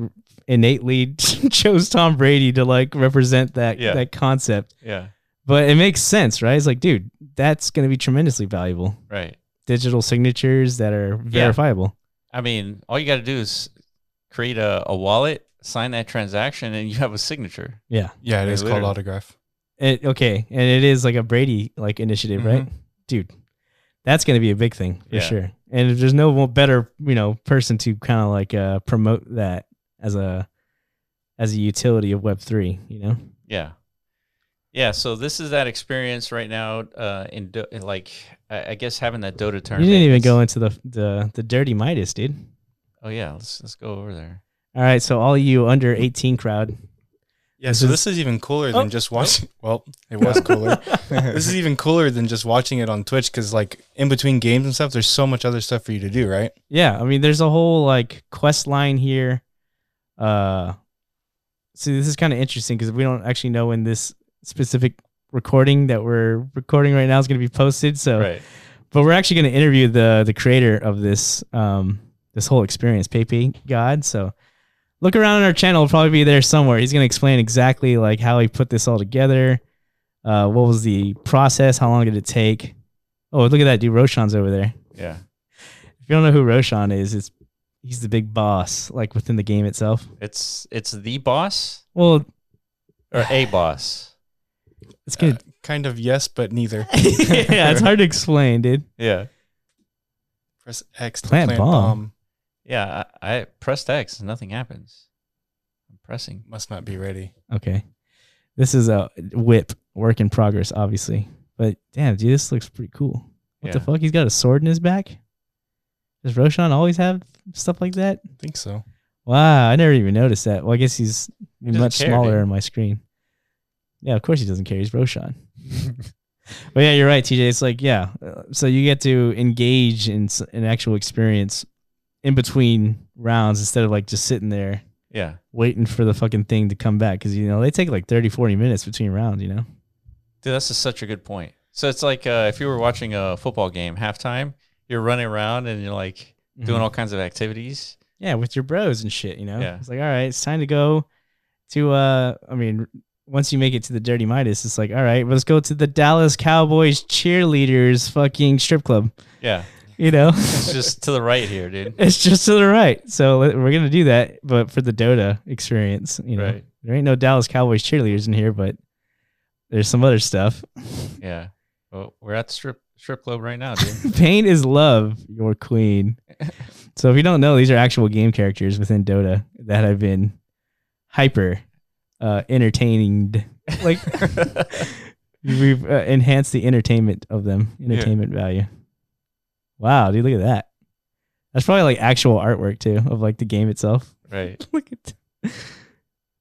innately chose Tom Brady to like represent that Yeah. that concept. Yeah. But it makes sense, right? It's like, dude, that's gonna be tremendously valuable. Right. Digital signatures that are verifiable. I mean, all you got to do is create a, a wallet, sign that transaction, and you have a signature. Yeah. Yeah, it They is called literally- autograph. It, okay. And it is like a Brady like initiative, right? Mm-hmm. Dude, that's gonna be a big thing for Yeah. sure. And if there's no one better, you know, person to kind of like uh, promote that as a as a utility of Web three, you know? Yeah. Yeah. So this is that experience right now. Uh, in, Do- in like, I, I guess having that Dota tournament. You didn't even go in. into the the the dirty Midas, dude. Oh yeah. Let's let's go over there. All right, so all you under eighteen crowd, Yeah, This so is- this is even cooler Oh. than just watching. Well, it was cooler. this is even cooler than just watching it on Twitch because, like, in between games and stuff, there's so much other stuff for you to do, right? yeah. I mean, there's a whole like quest line here. Uh, see, this is kind of interesting because we don't actually know when this specific recording that we're recording right now is going to be posted. So, Right. but we're actually going to interview the the creator of this um this whole experience, Pepe God. So look around on our channel; it'll probably be there somewhere. He's going to explain exactly like how he put this all together. Uh, what was the process? How long did it take? Oh, look at that dude, Roshan's over there. Yeah. If you don't know who Roshan is, it's he's the big boss like within the game itself. It's it's the boss Well, or a boss. it's good. Kind of yes, but neither. yeah, it's hard to explain, dude. Yeah. Press X to Plant plant, bomb. bomb. Yeah. I, I pressed X and nothing happens. I'm pressing. Must not be ready. Okay. This is a whip work in progress, obviously. But damn, dude, this looks pretty cool. What the Yeah. fuck? He's got a sword in his back? Does Roshan always have stuff like that? I think so. Wow, I never even noticed that. Well, I guess he's doesn't much care, smaller dude. on my screen. Yeah, of course he doesn't care. He's Roshan. but yeah, you're right, TJ. It's like yeah, uh, so you get to engage in s- an actual experience in between rounds instead of like just sitting there Yeah. waiting for the fucking thing to come back because you know they take like 30 40 minutes between rounds you know Dude, that's a, such a good point. So it's like uh, if you were watching a football game halftime, you're running around and you're like Mm-hmm. Mm-hmm. doing all kinds of activities. yeah with your bros and shit you know Yeah. it's like all right it's time to go to uh i mean once you make it to the dirty midas it's like all right let's go to the dallas cowboys cheerleaders fucking strip club Yeah. you know It's just to the right here, dude. it's just to the right so let- we're gonna do that but for the dota experience you know Right. there ain't no dallas cowboys cheerleaders in here but there's some other stuff Yeah. Well, we're at the strip strip club right now, dude. Pain is love, your queen. So if you don't know, these are actual game characters within Dota that have been hyper uh, entertained. Like we've uh, enhanced the entertainment of them, entertainment value. Wow, dude, look at that. That's probably like actual artwork too of like the game itself. right. look at.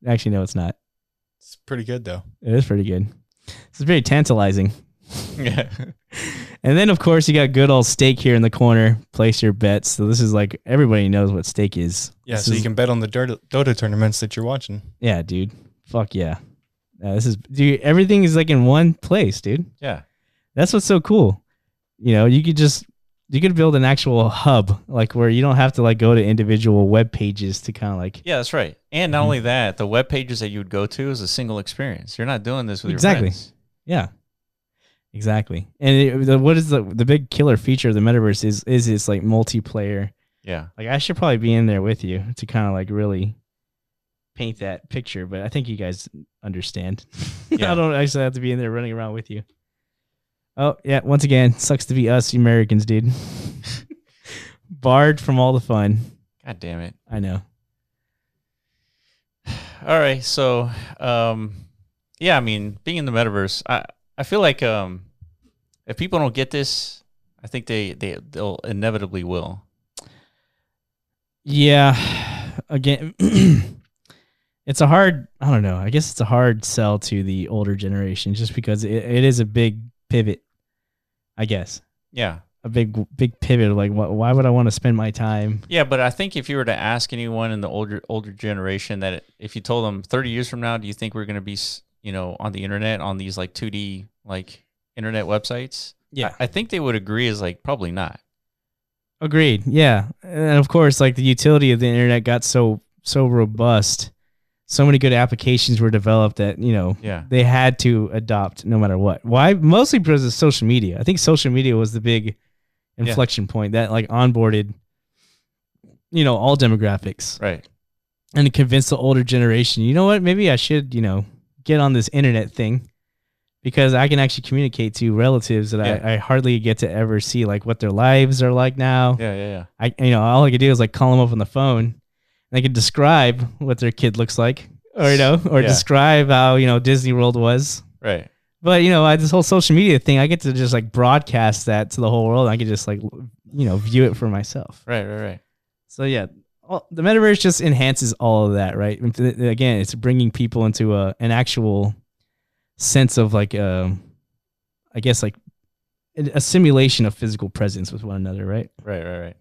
Actually, no, it's not. It's pretty good though. It is pretty good. It's very tantalizing. Yeah. And then, of course, you got good old stake here in the corner. Place your bets. So this is like everybody knows what stake is. Yeah, This so is- you can bet on the Dota, Dota tournaments that you're watching. Yeah, dude. Fuck yeah. Uh, this is dude. Everything is like in one place, dude. Yeah. That's what's so cool. You know, you could just you could build an actual hub like where you don't have to like go to individual web pages to kind of like Yeah, that's right. And not Mhm. only that, the web pages that you would go to is a single experience. You're not doing this with Exactly. your friends. Yeah, exactly. And it, the, what is the the big killer feature of the metaverse is is it's like multiplayer Yeah. Like I should probably be in there with you to kind of like really paint that picture, but I think you guys understand. Yeah. I don't actually have to be in there running around with you. Oh yeah, once again, sucks to be us Americans, dude. Barred from all the fun. God damn it. I know. All right, so um, yeah, I mean, being in the metaverse, I I feel like um, if people don't get this, I think they they they'll inevitably will. Yeah. Again, it's a hard, I don't know. I guess it's a hard sell to the older generation just because it, it is a big pivot, I guess. Yeah, A big, big pivot. of Like, wh- why would I want to spend my time? yeah, but I think if you were to ask anyone in the older older generation that it, if you told them thirty years from now, do you think we're gonna be s- you know on the internet on these like two D like internet websites? Yeah. I think they would agree is like probably not. Agreed. Yeah. And of course, like the utility of the internet got so, so robust. So many good applications were developed that, you know, Yeah, they had to adopt no matter what. Why? Mostly because of social media. I think social media was the big Yeah. inflection point that like onboarded, you know, all demographics right. and it convinced the older generation, you know what, maybe I should, you know, get on this internet thing because I can actually communicate to relatives that I, I hardly get to ever see like what their lives are like now. Yeah, yeah, yeah. I you know all I could do is like call them up on the phone, and I could describe what their kid looks like, or you know, or Yeah. describe how you know Disney World was. Right. But you know, I, this whole social media thing, I get to just like broadcast that to the whole world. I can just like l- you know view it for myself. Right. Right. Right. So yeah, all, the metaverse just enhances all of that, right? And th- Again, it's bringing people into a an actual sense of like um, I guess like a a simulation of physical presence with one another, right? Right, right, right.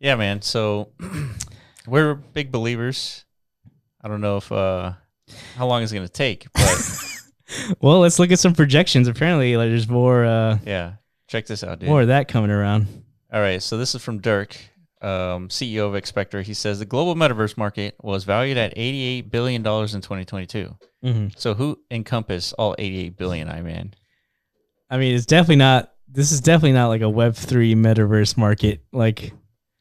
Yeah, man. So we're big believers. I don't know if uh how long it's gonna take, but well, let's look at some projections. Apparently, like, there's more uh, yeah. Check this out, dude. more of that coming around. All right, so this is from Dirk, um, CEO of Expector. He says the global metaverse market was valued at eighty-eight billion dollars in twenty twenty-two. Mm-hmm. So who encompass all eighty-eight billion, I man? I mean, it's definitely not. This is definitely not like a Web three metaverse market. Like,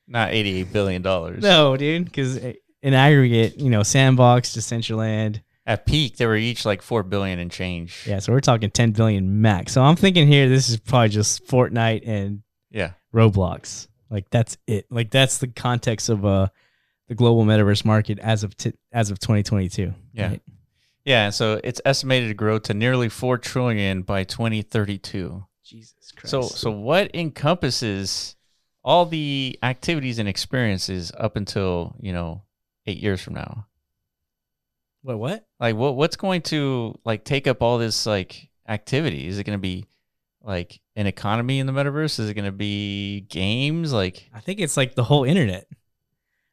Not eighty-eight billion dollars. no, dude, because in aggregate, you know, Sandbox, Decentraland. At peak they were each like four billion and change. Yeah, so we're talking 10 billion max. So I'm thinking here, this is probably just Fortnite and Yeah. Roblox. Like that's it. Like that's the context of uh the global metaverse market as of t- as of 2022. Yeah. right? Yeah. and So it's estimated to grow to nearly four trillion by twenty thirty-two. Jesus Christ. So, so what encompasses all the activities and experiences up until you know eight years from now? Wait, what? Like, what what's going to like take up all this like activity? Is it going to be like an economy in the metaverse? Is it going to be games? Like I think it's like the whole internet.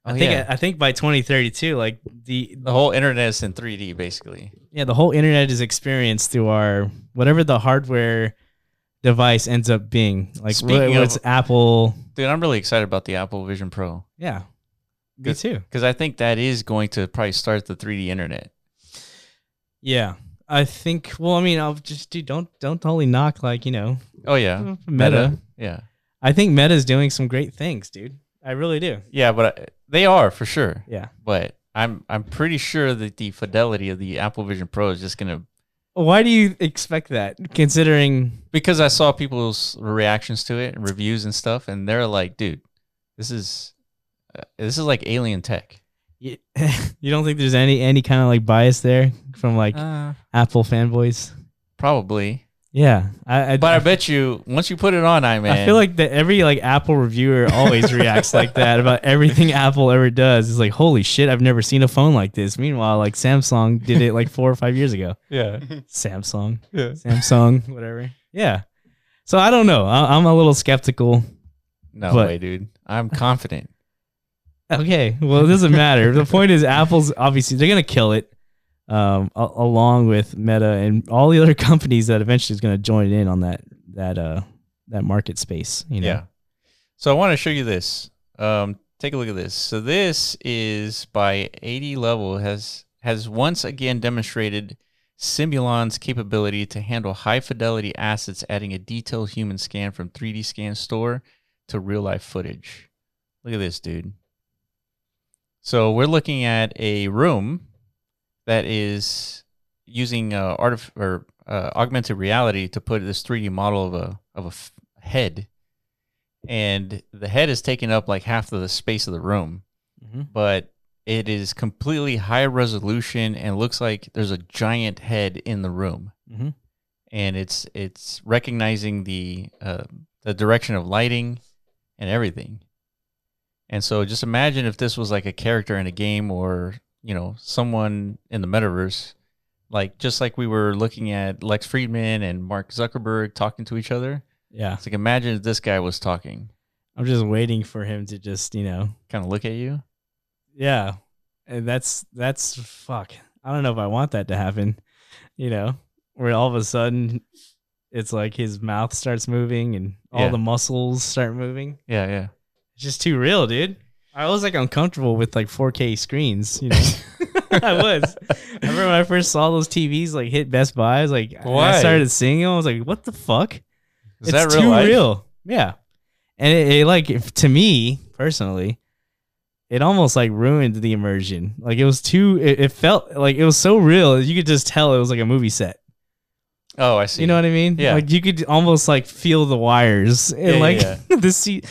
I Oh, think yeah. I think by 2032, like the the whole internet is in three D, basically. yeah, the whole internet is experienced through our whatever the hardware device ends up being. Like Speaking wh- of- what's Apple? Dude, I'm really excited about the Apple Vision Pro Yeah, me too. because I think that is going to probably start the three D internet. Yeah, I think. Well, I mean, I'll just do. Don't don't totally knock like you know Oh yeah, Meta. Yeah, I think Meta's doing some great things, dude. I really do. yeah, but I, they are for sure. Yeah. but I'm I'm pretty sure that the fidelity of the Apple Vision Pro is just gonna Why do you expect that? Considering because I saw people's reactions to it and reviews and stuff, and they're like, dude, this is uh, this is like alien tech. you, you don't think there's any any kind of like bias there from like Uh, Apple fanboys. probably, Yeah, I, I but I bet you once you put it on, I man, I feel like that every like Apple reviewer always reacts like that about everything Apple ever does. It's like, holy shit, I've never seen a phone like this. Meanwhile, like Samsung did it like four or five years ago. yeah, Samsung, Yeah. Samsung, whatever. Yeah. So I don't know. I, I'm a little skeptical. no But- way, dude. I'm confident. Okay. Well, it doesn't matter. the point is, Apple's obviously they're gonna kill it, um, a- along with Meta and all the other companies that eventually is gonna join in on that that uh that market space. You know. Yeah. So I want to show you this. Um, take a look at this. So this is by 80 level has has once again demonstrated Simulon's capability to handle high fidelity assets, adding a detailed human scan from 3D scan store to real life footage. Look at this, dude. So we're looking at a room that is using uh, artif- or uh, augmented reality to put this 3D model of a of a f- head, and the head is taking up like half of the space of the room, Mhm. but it is completely high resolution and looks like there's a giant head in the room, Mhm. and it's it's recognizing the uh, the direction of lighting and everything. And so just imagine if this was like a character in a game or, you know, someone in the metaverse, like just like we were looking at Lex Friedman and Mark Zuckerberg talking to each other. Yeah. It's like imagine if this guy was talking, I'm just waiting for him to just, you know, kind of look at you. yeah. And that's, that's fuck. I don't know if I want that to happen, you know, where all of a sudden it's like his mouth starts moving and all Yeah. the muscles start moving. Yeah, yeah. It's just too real, dude. I was like uncomfortable with like 4K screens, you know. I was. I remember when I first saw those TVs like hit Best Buy, I was like, and Why? I started seeing them. I was like, what the fuck? Is that real too life? real. Yeah. And it, it like if, to me personally, it almost like ruined the immersion. Like it was too. It, it felt like it was so real. You could just tell it was like a movie set. Oh, I see. You know what I mean? Yeah. Like you could almost like feel the wires and yeah, like yeah. the seat.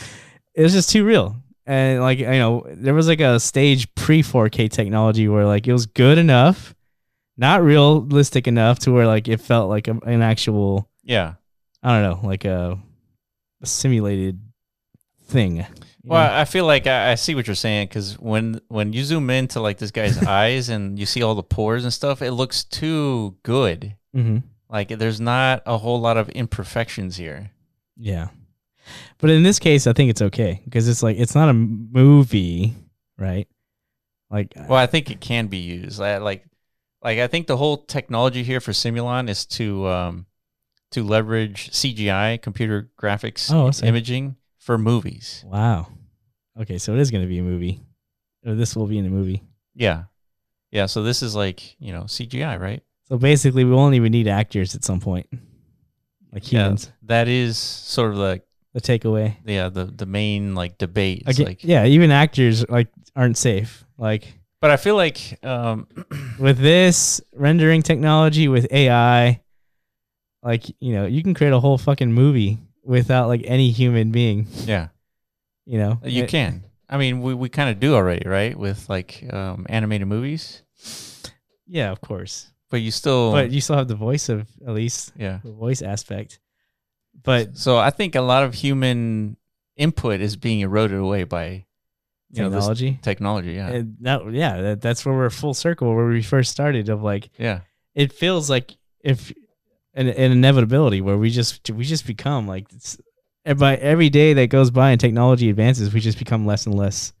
It was just too real. And like you know, there was like a stage pre 4K technology where like it was good enough, not realistic enough to where like it felt like a, an actual yeah. I don't know, like a, a simulated thing. you Well, know? I feel like I, I see what you're saying because when when you zoom into like this guy's eyes and you see all the pores and stuff, it looks too good. Mhm. Like there's not a whole lot of imperfections here. yeah. But in this case, I think it's okay because it's like it's not a m- movie, right? Like, Well, I think it can be used. I, like, like I think the whole technology here for Simulon is to um, to leverage CGI, computer graphics, Oh, I see. imaging for movies. wow. Okay, so it is going to be a movie. Or this will be in a movie. Yeah, yeah. So this is like you know CGI, right? So basically, we won't even need actors at some point, like humans. That is sort of like The takeaway. yeah the the main like debate. It's Again, like, yeah, even actors like aren't safe. Like but I feel like um, with this rendering technology with AI, like you know, you can create a whole fucking movie without like any human being. yeah, You know, you It- can. I mean, we, we kind of do already, right? With like um, animated movies, Yeah, of course, but you still, but you still have the voice of at least yeah. the voice aspect. But So I think a lot of human input is being eroded away by you know, this technology, technology. Yeah, and that yeah, that, that's where we're full circle where we first started. Of like, yeah, it feels like if an, an inevitability where we just we just become like it's, by every day that goes by and technology advances, we just become less and less,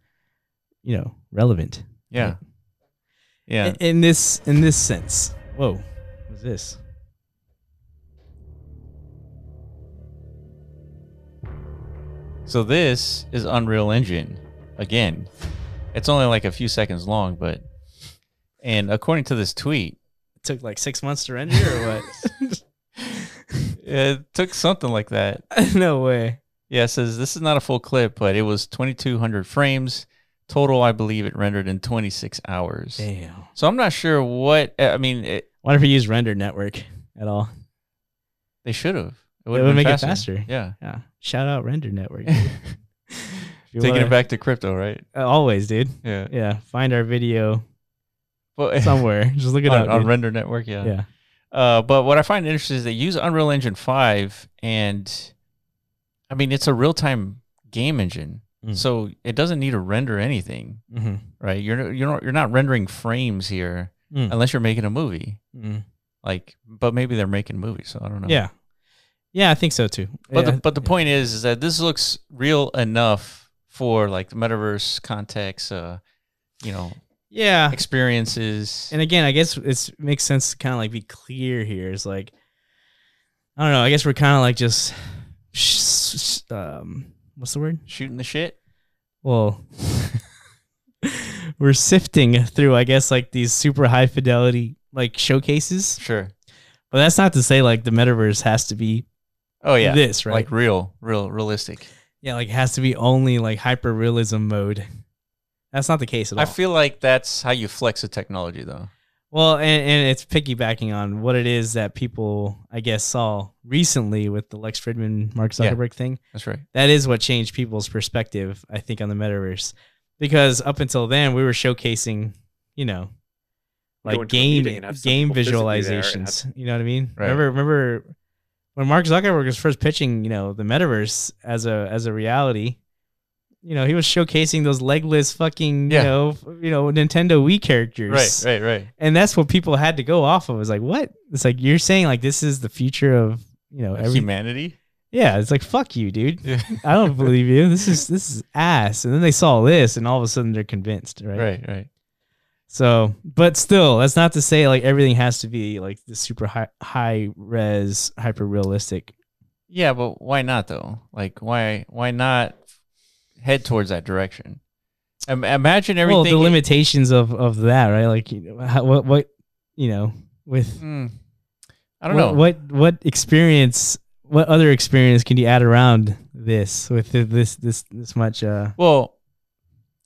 you know, relevant. yeah, Right. yeah. In, in this in this sense. Whoa, what's this? So this is Unreal Engine again. It's only like a few seconds long, but and according to this tweet, It took like six months to render, or what? it took something like that. no way. Yeah, it says this is not a full clip, but it was 2,200 frames total. I believe it rendered in 26 hours. Damn. So I'm not sure what I mean. It, Why if we use render network at all? they should have. It would would've been make it faster. Yeah. Yeah. Shout out render network. If you Taking wanna- it back to crypto, right? Uh, always, dude. Yeah. Yeah. Find our video But somewhere. Just look it on, up. on dude. Render Network, yeah. yeah. Uh, but what I find interesting is they use Unreal Engine 5, and I mean, it's a real time game engine. Mm. So it doesn't need to render anything, Mm-hmm. right? You're, you're, not, you're not rendering frames here Mm. unless you're making a movie. Mm. Like, but maybe they're making movies, so I don't know. Yeah. Yeah, I think so too. But yeah. the, but the point is is that this looks real enough for like the metaverse context, uh, you know, yeah. experiences. And again, I guess it's makes sense to kind of like be clear here. It's like I don't know. I guess we're kind of like just sh- sh- um what's the word? shooting the shit. Well, we're sifting through I guess like these super high fidelity like showcases. Sure. But that's not to say like the metaverse has to be Oh yeah. this, right? Like real, real realistic. Yeah, like it has to be only like hyper realism mode. That's not the case at all. I feel like that's how you flex the technology, though. well, and, and it's piggybacking on what it is that people, I guess, saw recently with the Lex Fridman Mark Yeah. Zuckerberg thing. That's right. That is what changed people's perspective, I think, on the metaverse. Because up until then, we were showcasing, you know, Go like into a game meeting and have some game people physically there and visualizations. You know what I mean? Right. Remember, remember when Mark Zuckerberg was first pitching, you know, the metaverse as a as a reality. You know, he was showcasing those legless fucking, Yeah. you know, f- you know, Nintendo Wii characters. Right, right, right. And that's what people had to go off of. It's like, what? It's like you're saying like this is the future of, you know, Oh, every Humanity. Yeah, it's like fuck you, dude. Yeah. I don't believe you. This is this is ass. And then they saw this and all of a sudden they're convinced, right? Right, right. So, but still, that's not to say like everything has to be like the super high, high res, hyper realistic. Yeah, but why not though? Like, why why not head towards that direction? Im- imagine everything. Well, the limitations of of that, right? Like, you know, how, what what you know with Mm. I don't what, know. what what experience, what other experience can you add around this with thi- this this this much? uh Well,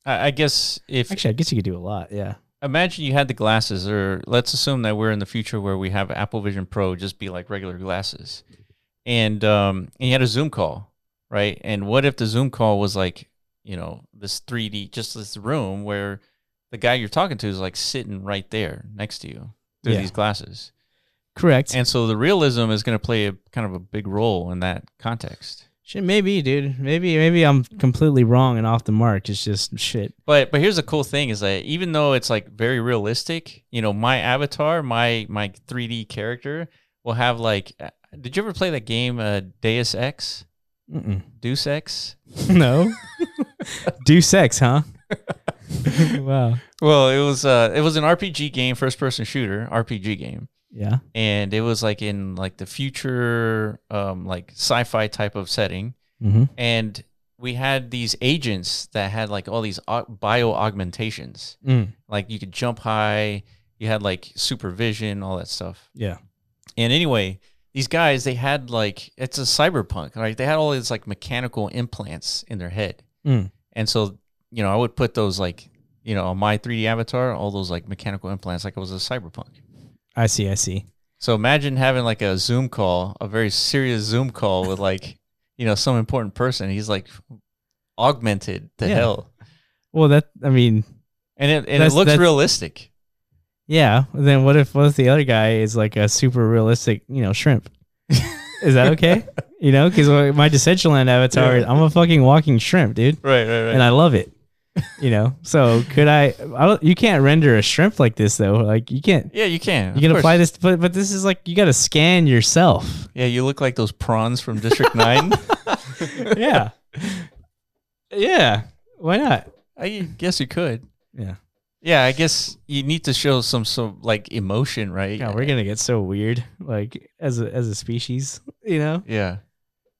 I, I guess if Actually, I guess you could do a lot. Yeah, imagine you had the glasses, or let's assume that we're in the future where we have Apple Vision Pro just be like regular glasses, and um, and you had a Zoom call, right? And what if the Zoom call was like, you know, this 3D, just this room where the guy you're talking to is like sitting right there next to you through Yeah. these glasses, correct. and so the realism is going to play a kind of a big role in that context. shit, maybe, dude. Maybe maybe I'm completely wrong and off the mark. It's just shit. But but here's the cool thing is that even though it's like very realistic, you know, my avatar, my my 3D character will have like. uh, Did you ever play that game uh, Deus Ex? Mm-mm. Deus Ex? No, do sex, huh? wow. Well, it was uh, it was an RPG game, first person shooter RPG game, Yeah. and it was like in like the future, um, like sci-fi type of setting, Mm-hmm. and we had these agents that had like all these au- bio augmentations, Mm. like you could jump high, you had like supervision, all that stuff. Yeah. And anyway, these guys, they had like it's a cyberpunk, right? They had all these like mechanical implants in their head. Mm. And so, you know, I would put those like, you know, on my 3D avatar, all those like mechanical implants like it was a cyberpunk. I see. I see. So imagine having like a Zoom call, a very serious Zoom call with like, you know, some important person. He's like augmented to Yeah. hell. Well, that I mean, And it and That's- it looks that's- realistic. yeah. Then what if what if the other guy is like a super realistic, you know, shrimp? is that okay? you know, because my Decentraland avatar, is I'm a fucking walking shrimp, dude, Right, right, and I love it. You know, so could I? I don't. You can't render a shrimp like this though. Like you can't. yeah, you can. You of can apply course. this, but but this is like you got to scan yourself. Yeah, you look like those prawns from District Nine. yeah. Yeah. Why not? I guess you could. Yeah. Yeah, I guess you need to show some some like emotion, right? God, we're gonna get so weird, like as a as a species. You know, yeah.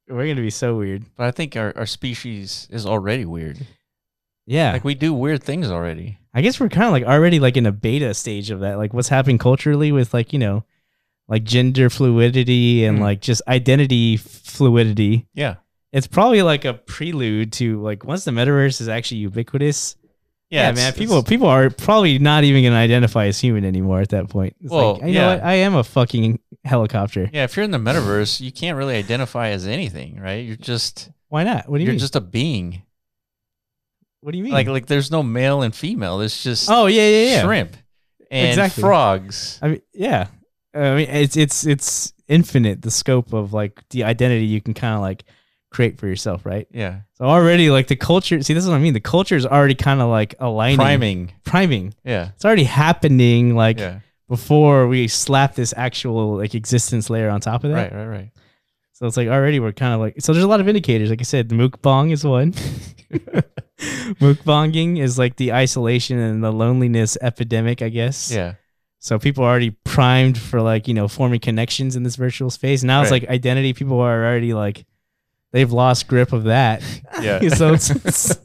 we're gonna be so weird. But I think our, our species is already weird. Yeah, Like we do weird things already. I guess we're kind of like already like in a beta stage of that. Like what's happening culturally with like you know, like gender fluidity and Mm. like just identity fluidity. Yeah. It's probably like a prelude to like once the metaverse is actually ubiquitous. Yeah, it's- man. it's- People people are probably not even gonna identify as human anymore at that point. It's Well, like, you know yeah. what? I am a fucking helicopter. Yeah, if you're in the metaverse, you can't really identify as anything, right? You're just Why not? What do you you're mean? just a being. what do you mean? Like like there's no male and female. There's just oh yeah yeah yeah. shrimp and Exactly. frogs. I mean yeah. I mean it's it's it's infinite the scope of like the identity you can kind of like create for yourself, right? Yeah. So already like the culture. See, this is what I mean. The culture is already kind of like aligning, Priming. priming. Yeah. It's already happening like yeah. before we slap this actual like existence layer on top of that. Right, right, right. So it's like already we're kind of like so. There's a lot of indicators. Like I said, the mukbang is one. Mukbanging is like the isolation and the loneliness epidemic, I guess. Yeah. So people are already primed for like you know forming connections in this virtual space. Now it's Right. like identity. People are already like they've lost grip of that. Yeah. so it's, it's-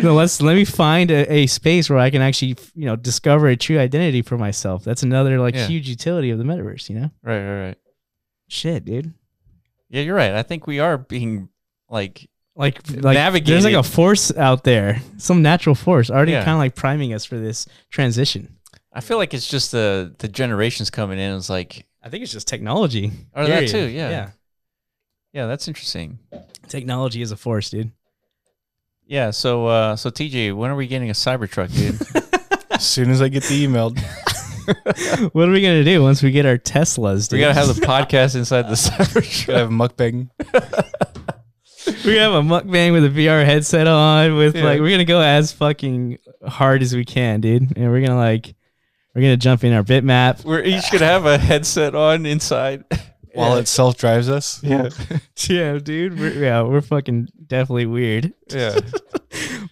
no, let's let me find a, a space where I can actually you know discover a true identity for myself. That's another like Yeah. huge utility of the metaverse. You know, Right, right, right. shit, dude. Yeah, you're right. I think we are being like like like Navigate there's like it. a force out there, some natural force already Yeah. kind of like priming us for this transition. I feel like it's just the the generations coming in. It's like, I think it's just technology. Or Oh, that period. too, yeah. yeah, that's interesting. Technology is a force, dude. Yeah. So, uh, so TJ, when are we getting a Cybertruck, dude? As soon as I get the email, what are we gonna do once we get our Teslas? Dude? we gotta have the podcast inside the Cybertruck. I have mukbang. we're gonna have a mukbang with a VR headset on. With Yeah. like, we're gonna go as fucking hard as we can, dude. And we're gonna like, we're gonna jump in our bitmap. We're each gonna have a headset on inside. while it self drives us. Yeah. Yeah, dude. We're, yeah, we're fucking definitely weird, Yeah.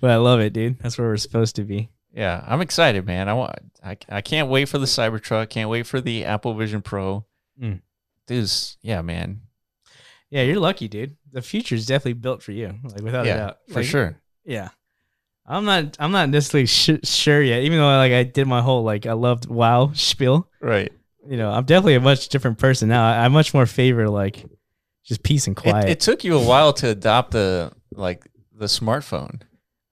but I love it, dude. That's where we're supposed to be. Yeah, I'm excited, man. I want. I, I can't wait for the Cybertruck. Can't wait for the Apple Vision Pro. Mm. Dude's yeah, man. Yeah, you're lucky, dude. The future is definitely built for you, like without Yeah, a doubt, For Like, sure. Yeah. I'm not. I'm not necessarily sh- sure yet. Even though, like, I did my whole like I loved WoW spiel. Right. You know, I'm definitely a much different person now. I, I much more favor like just peace and quiet. It, it took you a while to adopt the like the smartphone.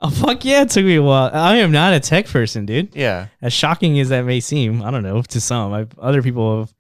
oh fuck yeah! It took me a while. I am not a tech person, dude. Yeah. As shocking as that may seem, I don't know to some. I've, other people have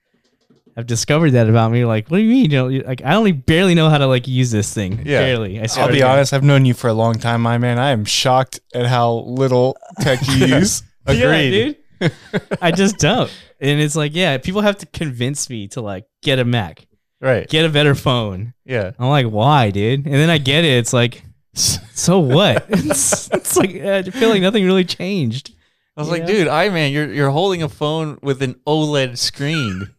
have discovered that about me. Like, what do you mean? You know, you- like I only barely know how to like use this thing. Yeah. Barely. I swear I'll to be God. honest, I've known you for a long time, my man. I am shocked at how little tech you use. Yeah, dude. I just don't. And it's like, yeah, people have to convince me to like get a Mac, Right. get a better phone. Yeah. I'm like, why, dude? And then I get it. It's like, so what? it's, it's like uh, I feel like nothing really changed. I was You like, know? dude, I man, you're you're holding a phone with an OLED screen.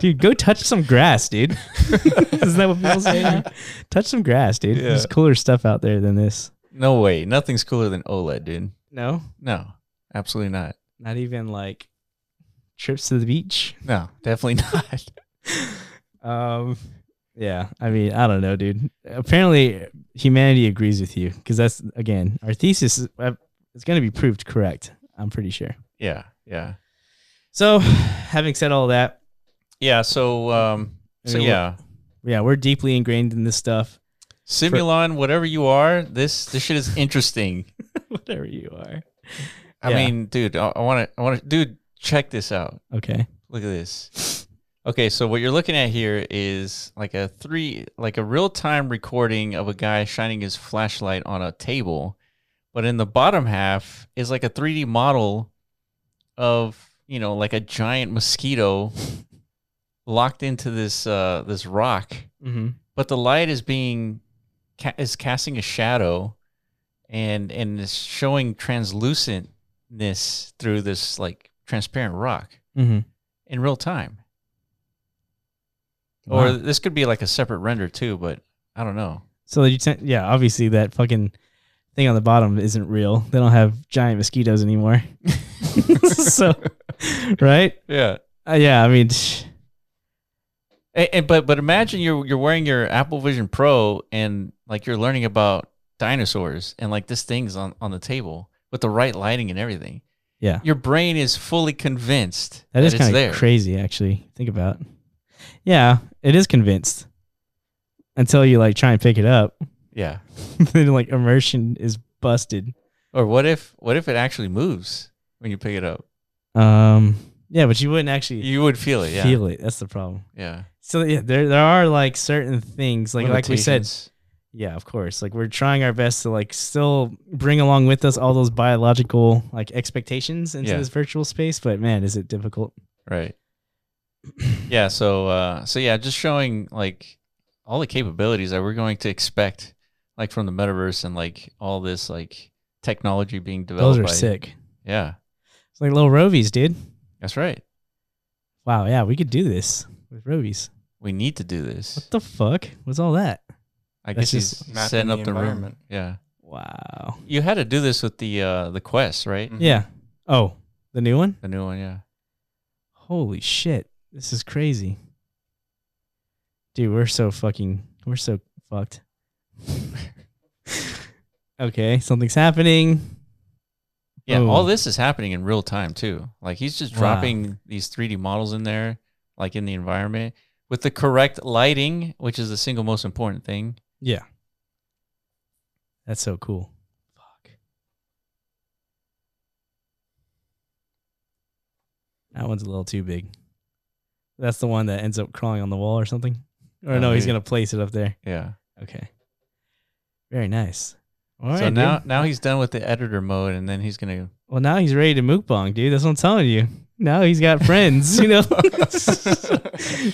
Dude, go touch some grass, dude. Isn't that what people say? now? Touch some grass, dude. There's cooler stuff out there than this. no way. Nothing's cooler than OLED, dude. No, No. Absolutely not. not even like trips to the beach. No, definitely not. Um, yeah, I mean, I don't know, dude. Apparently, humanity agrees with you because that's again our thesis. Is, uh, it's going to be proved correct. I'm pretty sure. yeah. Yeah. So, having said all that, Yeah. So um so Maybe we'll- yeah. yeah, we're deeply ingrained in this stuff. Simulon, whatever you are, this this shit is interesting. Whatever you are. I Yeah. mean, dude, I want to, I want to, dude, check this out. Okay. Look at this. Okay, so what you're looking at here is like a three, like a real time recording of a guy shining his flashlight on a table, but in the bottom half is like a 3D model of you know like a giant mosquito locked into this uh this rock, Mm-hmm. but the light is being ca- is casting a shadow and and is showing translucentness through this like transparent rock Mm-hmm. in real time Or or this could be like a separate render too but i don't know so you te- yeah, obviously that fucking thing on the bottom isn't real. They don't have giant mosquitoes anymore. so, right? yeah Uh, yeah, I mean, and, and but but imagine you're you're wearing your apple vision pro and like you're learning about dinosaurs and like this thing's on on the table with the right lighting and everything Yeah. your brain is fully convinced That is it's kind there. of crazy, actually. Think about. it. Yeah, it is convinced until you like try and pick it up. yeah then like immersion is busted. or what if what if it actually moves when you pick it up Um, yeah, but you wouldn't actually you would feel it yeah feel it. That's the problem. yeah So yeah, there there are like certain things like like we said. Limitations. Yeah, of course. Like we're trying our best to like still bring along with us all those biological like expectations into Yeah. this virtual space, but man, is it difficult? right yeah so uh so yeah just showing like all the capabilities that we're going to expect like from the metaverse and like all this like technology being developed Those are by- sick. yeah It's like little rovies, dude. that's right Wow, yeah, we could do this with rovies. we need to do this What the fuck was all that? i That's guess he's just mapping setting the up the room environment. yeah Wow. you had to do this with the uh the quest right Mhm. Yeah. Oh, the new one? the new one yeah Holy shit. This is crazy. Dude, we're so fucking we're so fucked. okay, something's happening. yeah Oh. all this is happening in real time too like he's just Wow. dropping these 3d models in there like in the environment with the correct lighting which is the single most important thing Yeah. That's so cool. Fuck. That one's a little too big. That's the one that ends up crawling on the wall or something. Or Oh, no, he's maybe. gonna place it up there. Yeah. Okay. Very nice. All right. so dude. now now he's done with the editor mode, and then he's gonna. well now he's ready to mukbang, dude. That's what I'm telling you. Now he's got friends, you know.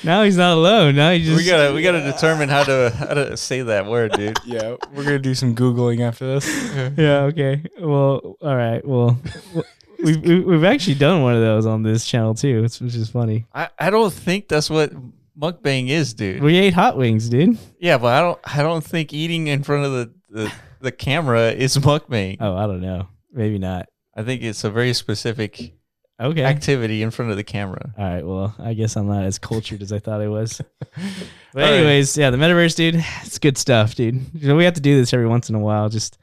now he's not alone. Now he just we gotta we gotta determine how to how to say that word, dude. Yeah, we're gonna do some googling after this. yeah okay well all right well w- we, we, we've actually done one of those on this channel too it's, which is funny I, I don't think that's what mukbang is, dude. we ate hot wings dude Yeah, but I don't I don't think eating in front of the the, the camera is mukbang. oh i don't know maybe not I think it's a very specific okay activity in front of the camera. all right well i guess i'm not as cultured as i thought i was but All right. anyways yeah the metaverse dude it's good stuff dude You know, we have to do this every once in a while just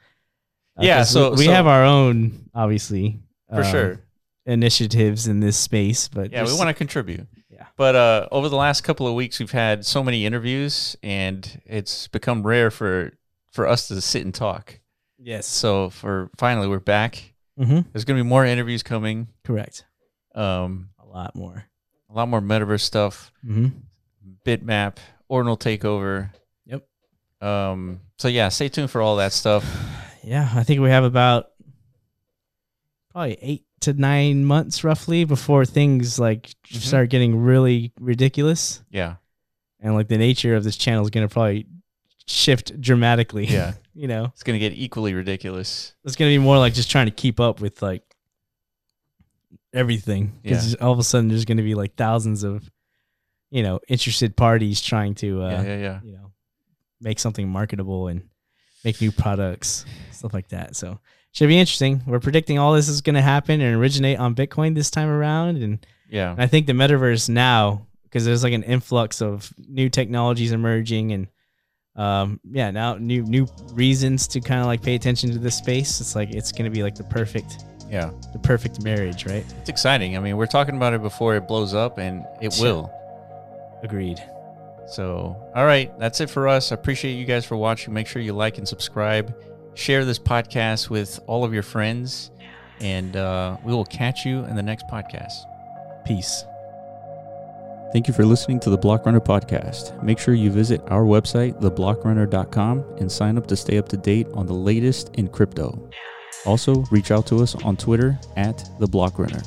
uh, Yeah, 'cause we- so- we, so- have our own obviously For um, sure. initiatives in this space but Yeah, we want to contribute. Yeah. But uh, over the last couple of weeks, we've had so many interviews, and it's become rare for for us to sit and talk. yes So for finally, we're back. hmm There's gonna be more interviews coming. correct Um, a lot more a lot more metaverse stuff, hmm bitmap, ordinal takeover. Yep. Um. So yeah, stay tuned for all that stuff. yeah, I think we have about probably eight to nine months roughly before things like Mhm. start getting really ridiculous. Yeah. And like the nature of this channel is going to probably shift dramatically. Yeah. you know, It's gonna get equally ridiculous. it's going to be more like just trying to keep up with like everything. Because all of a sudden there's going to be like thousands of, you know, interested parties trying to, uh, yeah. Yeah. Yeah. you know, make something marketable and make new products, stuff like that. So should be interesting. We're predicting all this is going to happen and originate on Bitcoin this time around. And Yeah. I think the metaverse now, because there's like an influx of new technologies emerging and um, yeah, now new new reasons to kind of like pay attention to this space. It's like it's gonna be like the perfect Yeah. the perfect marriage, right? It's exciting. I mean, we're talking about it before it blows up, and it Sure. will. Agreed. So, all right, that's it for us. I appreciate you guys for watching. Make sure you like and subscribe. Share this podcast with all of your friends, and uh, we will catch you in the next podcast. Peace. Thank you for listening to the Block Runner podcast. Make sure you visit our website, theblockrunner.com, and sign up to stay up to date on the latest in crypto. Also, reach out to us on Twitter at the Block Runner.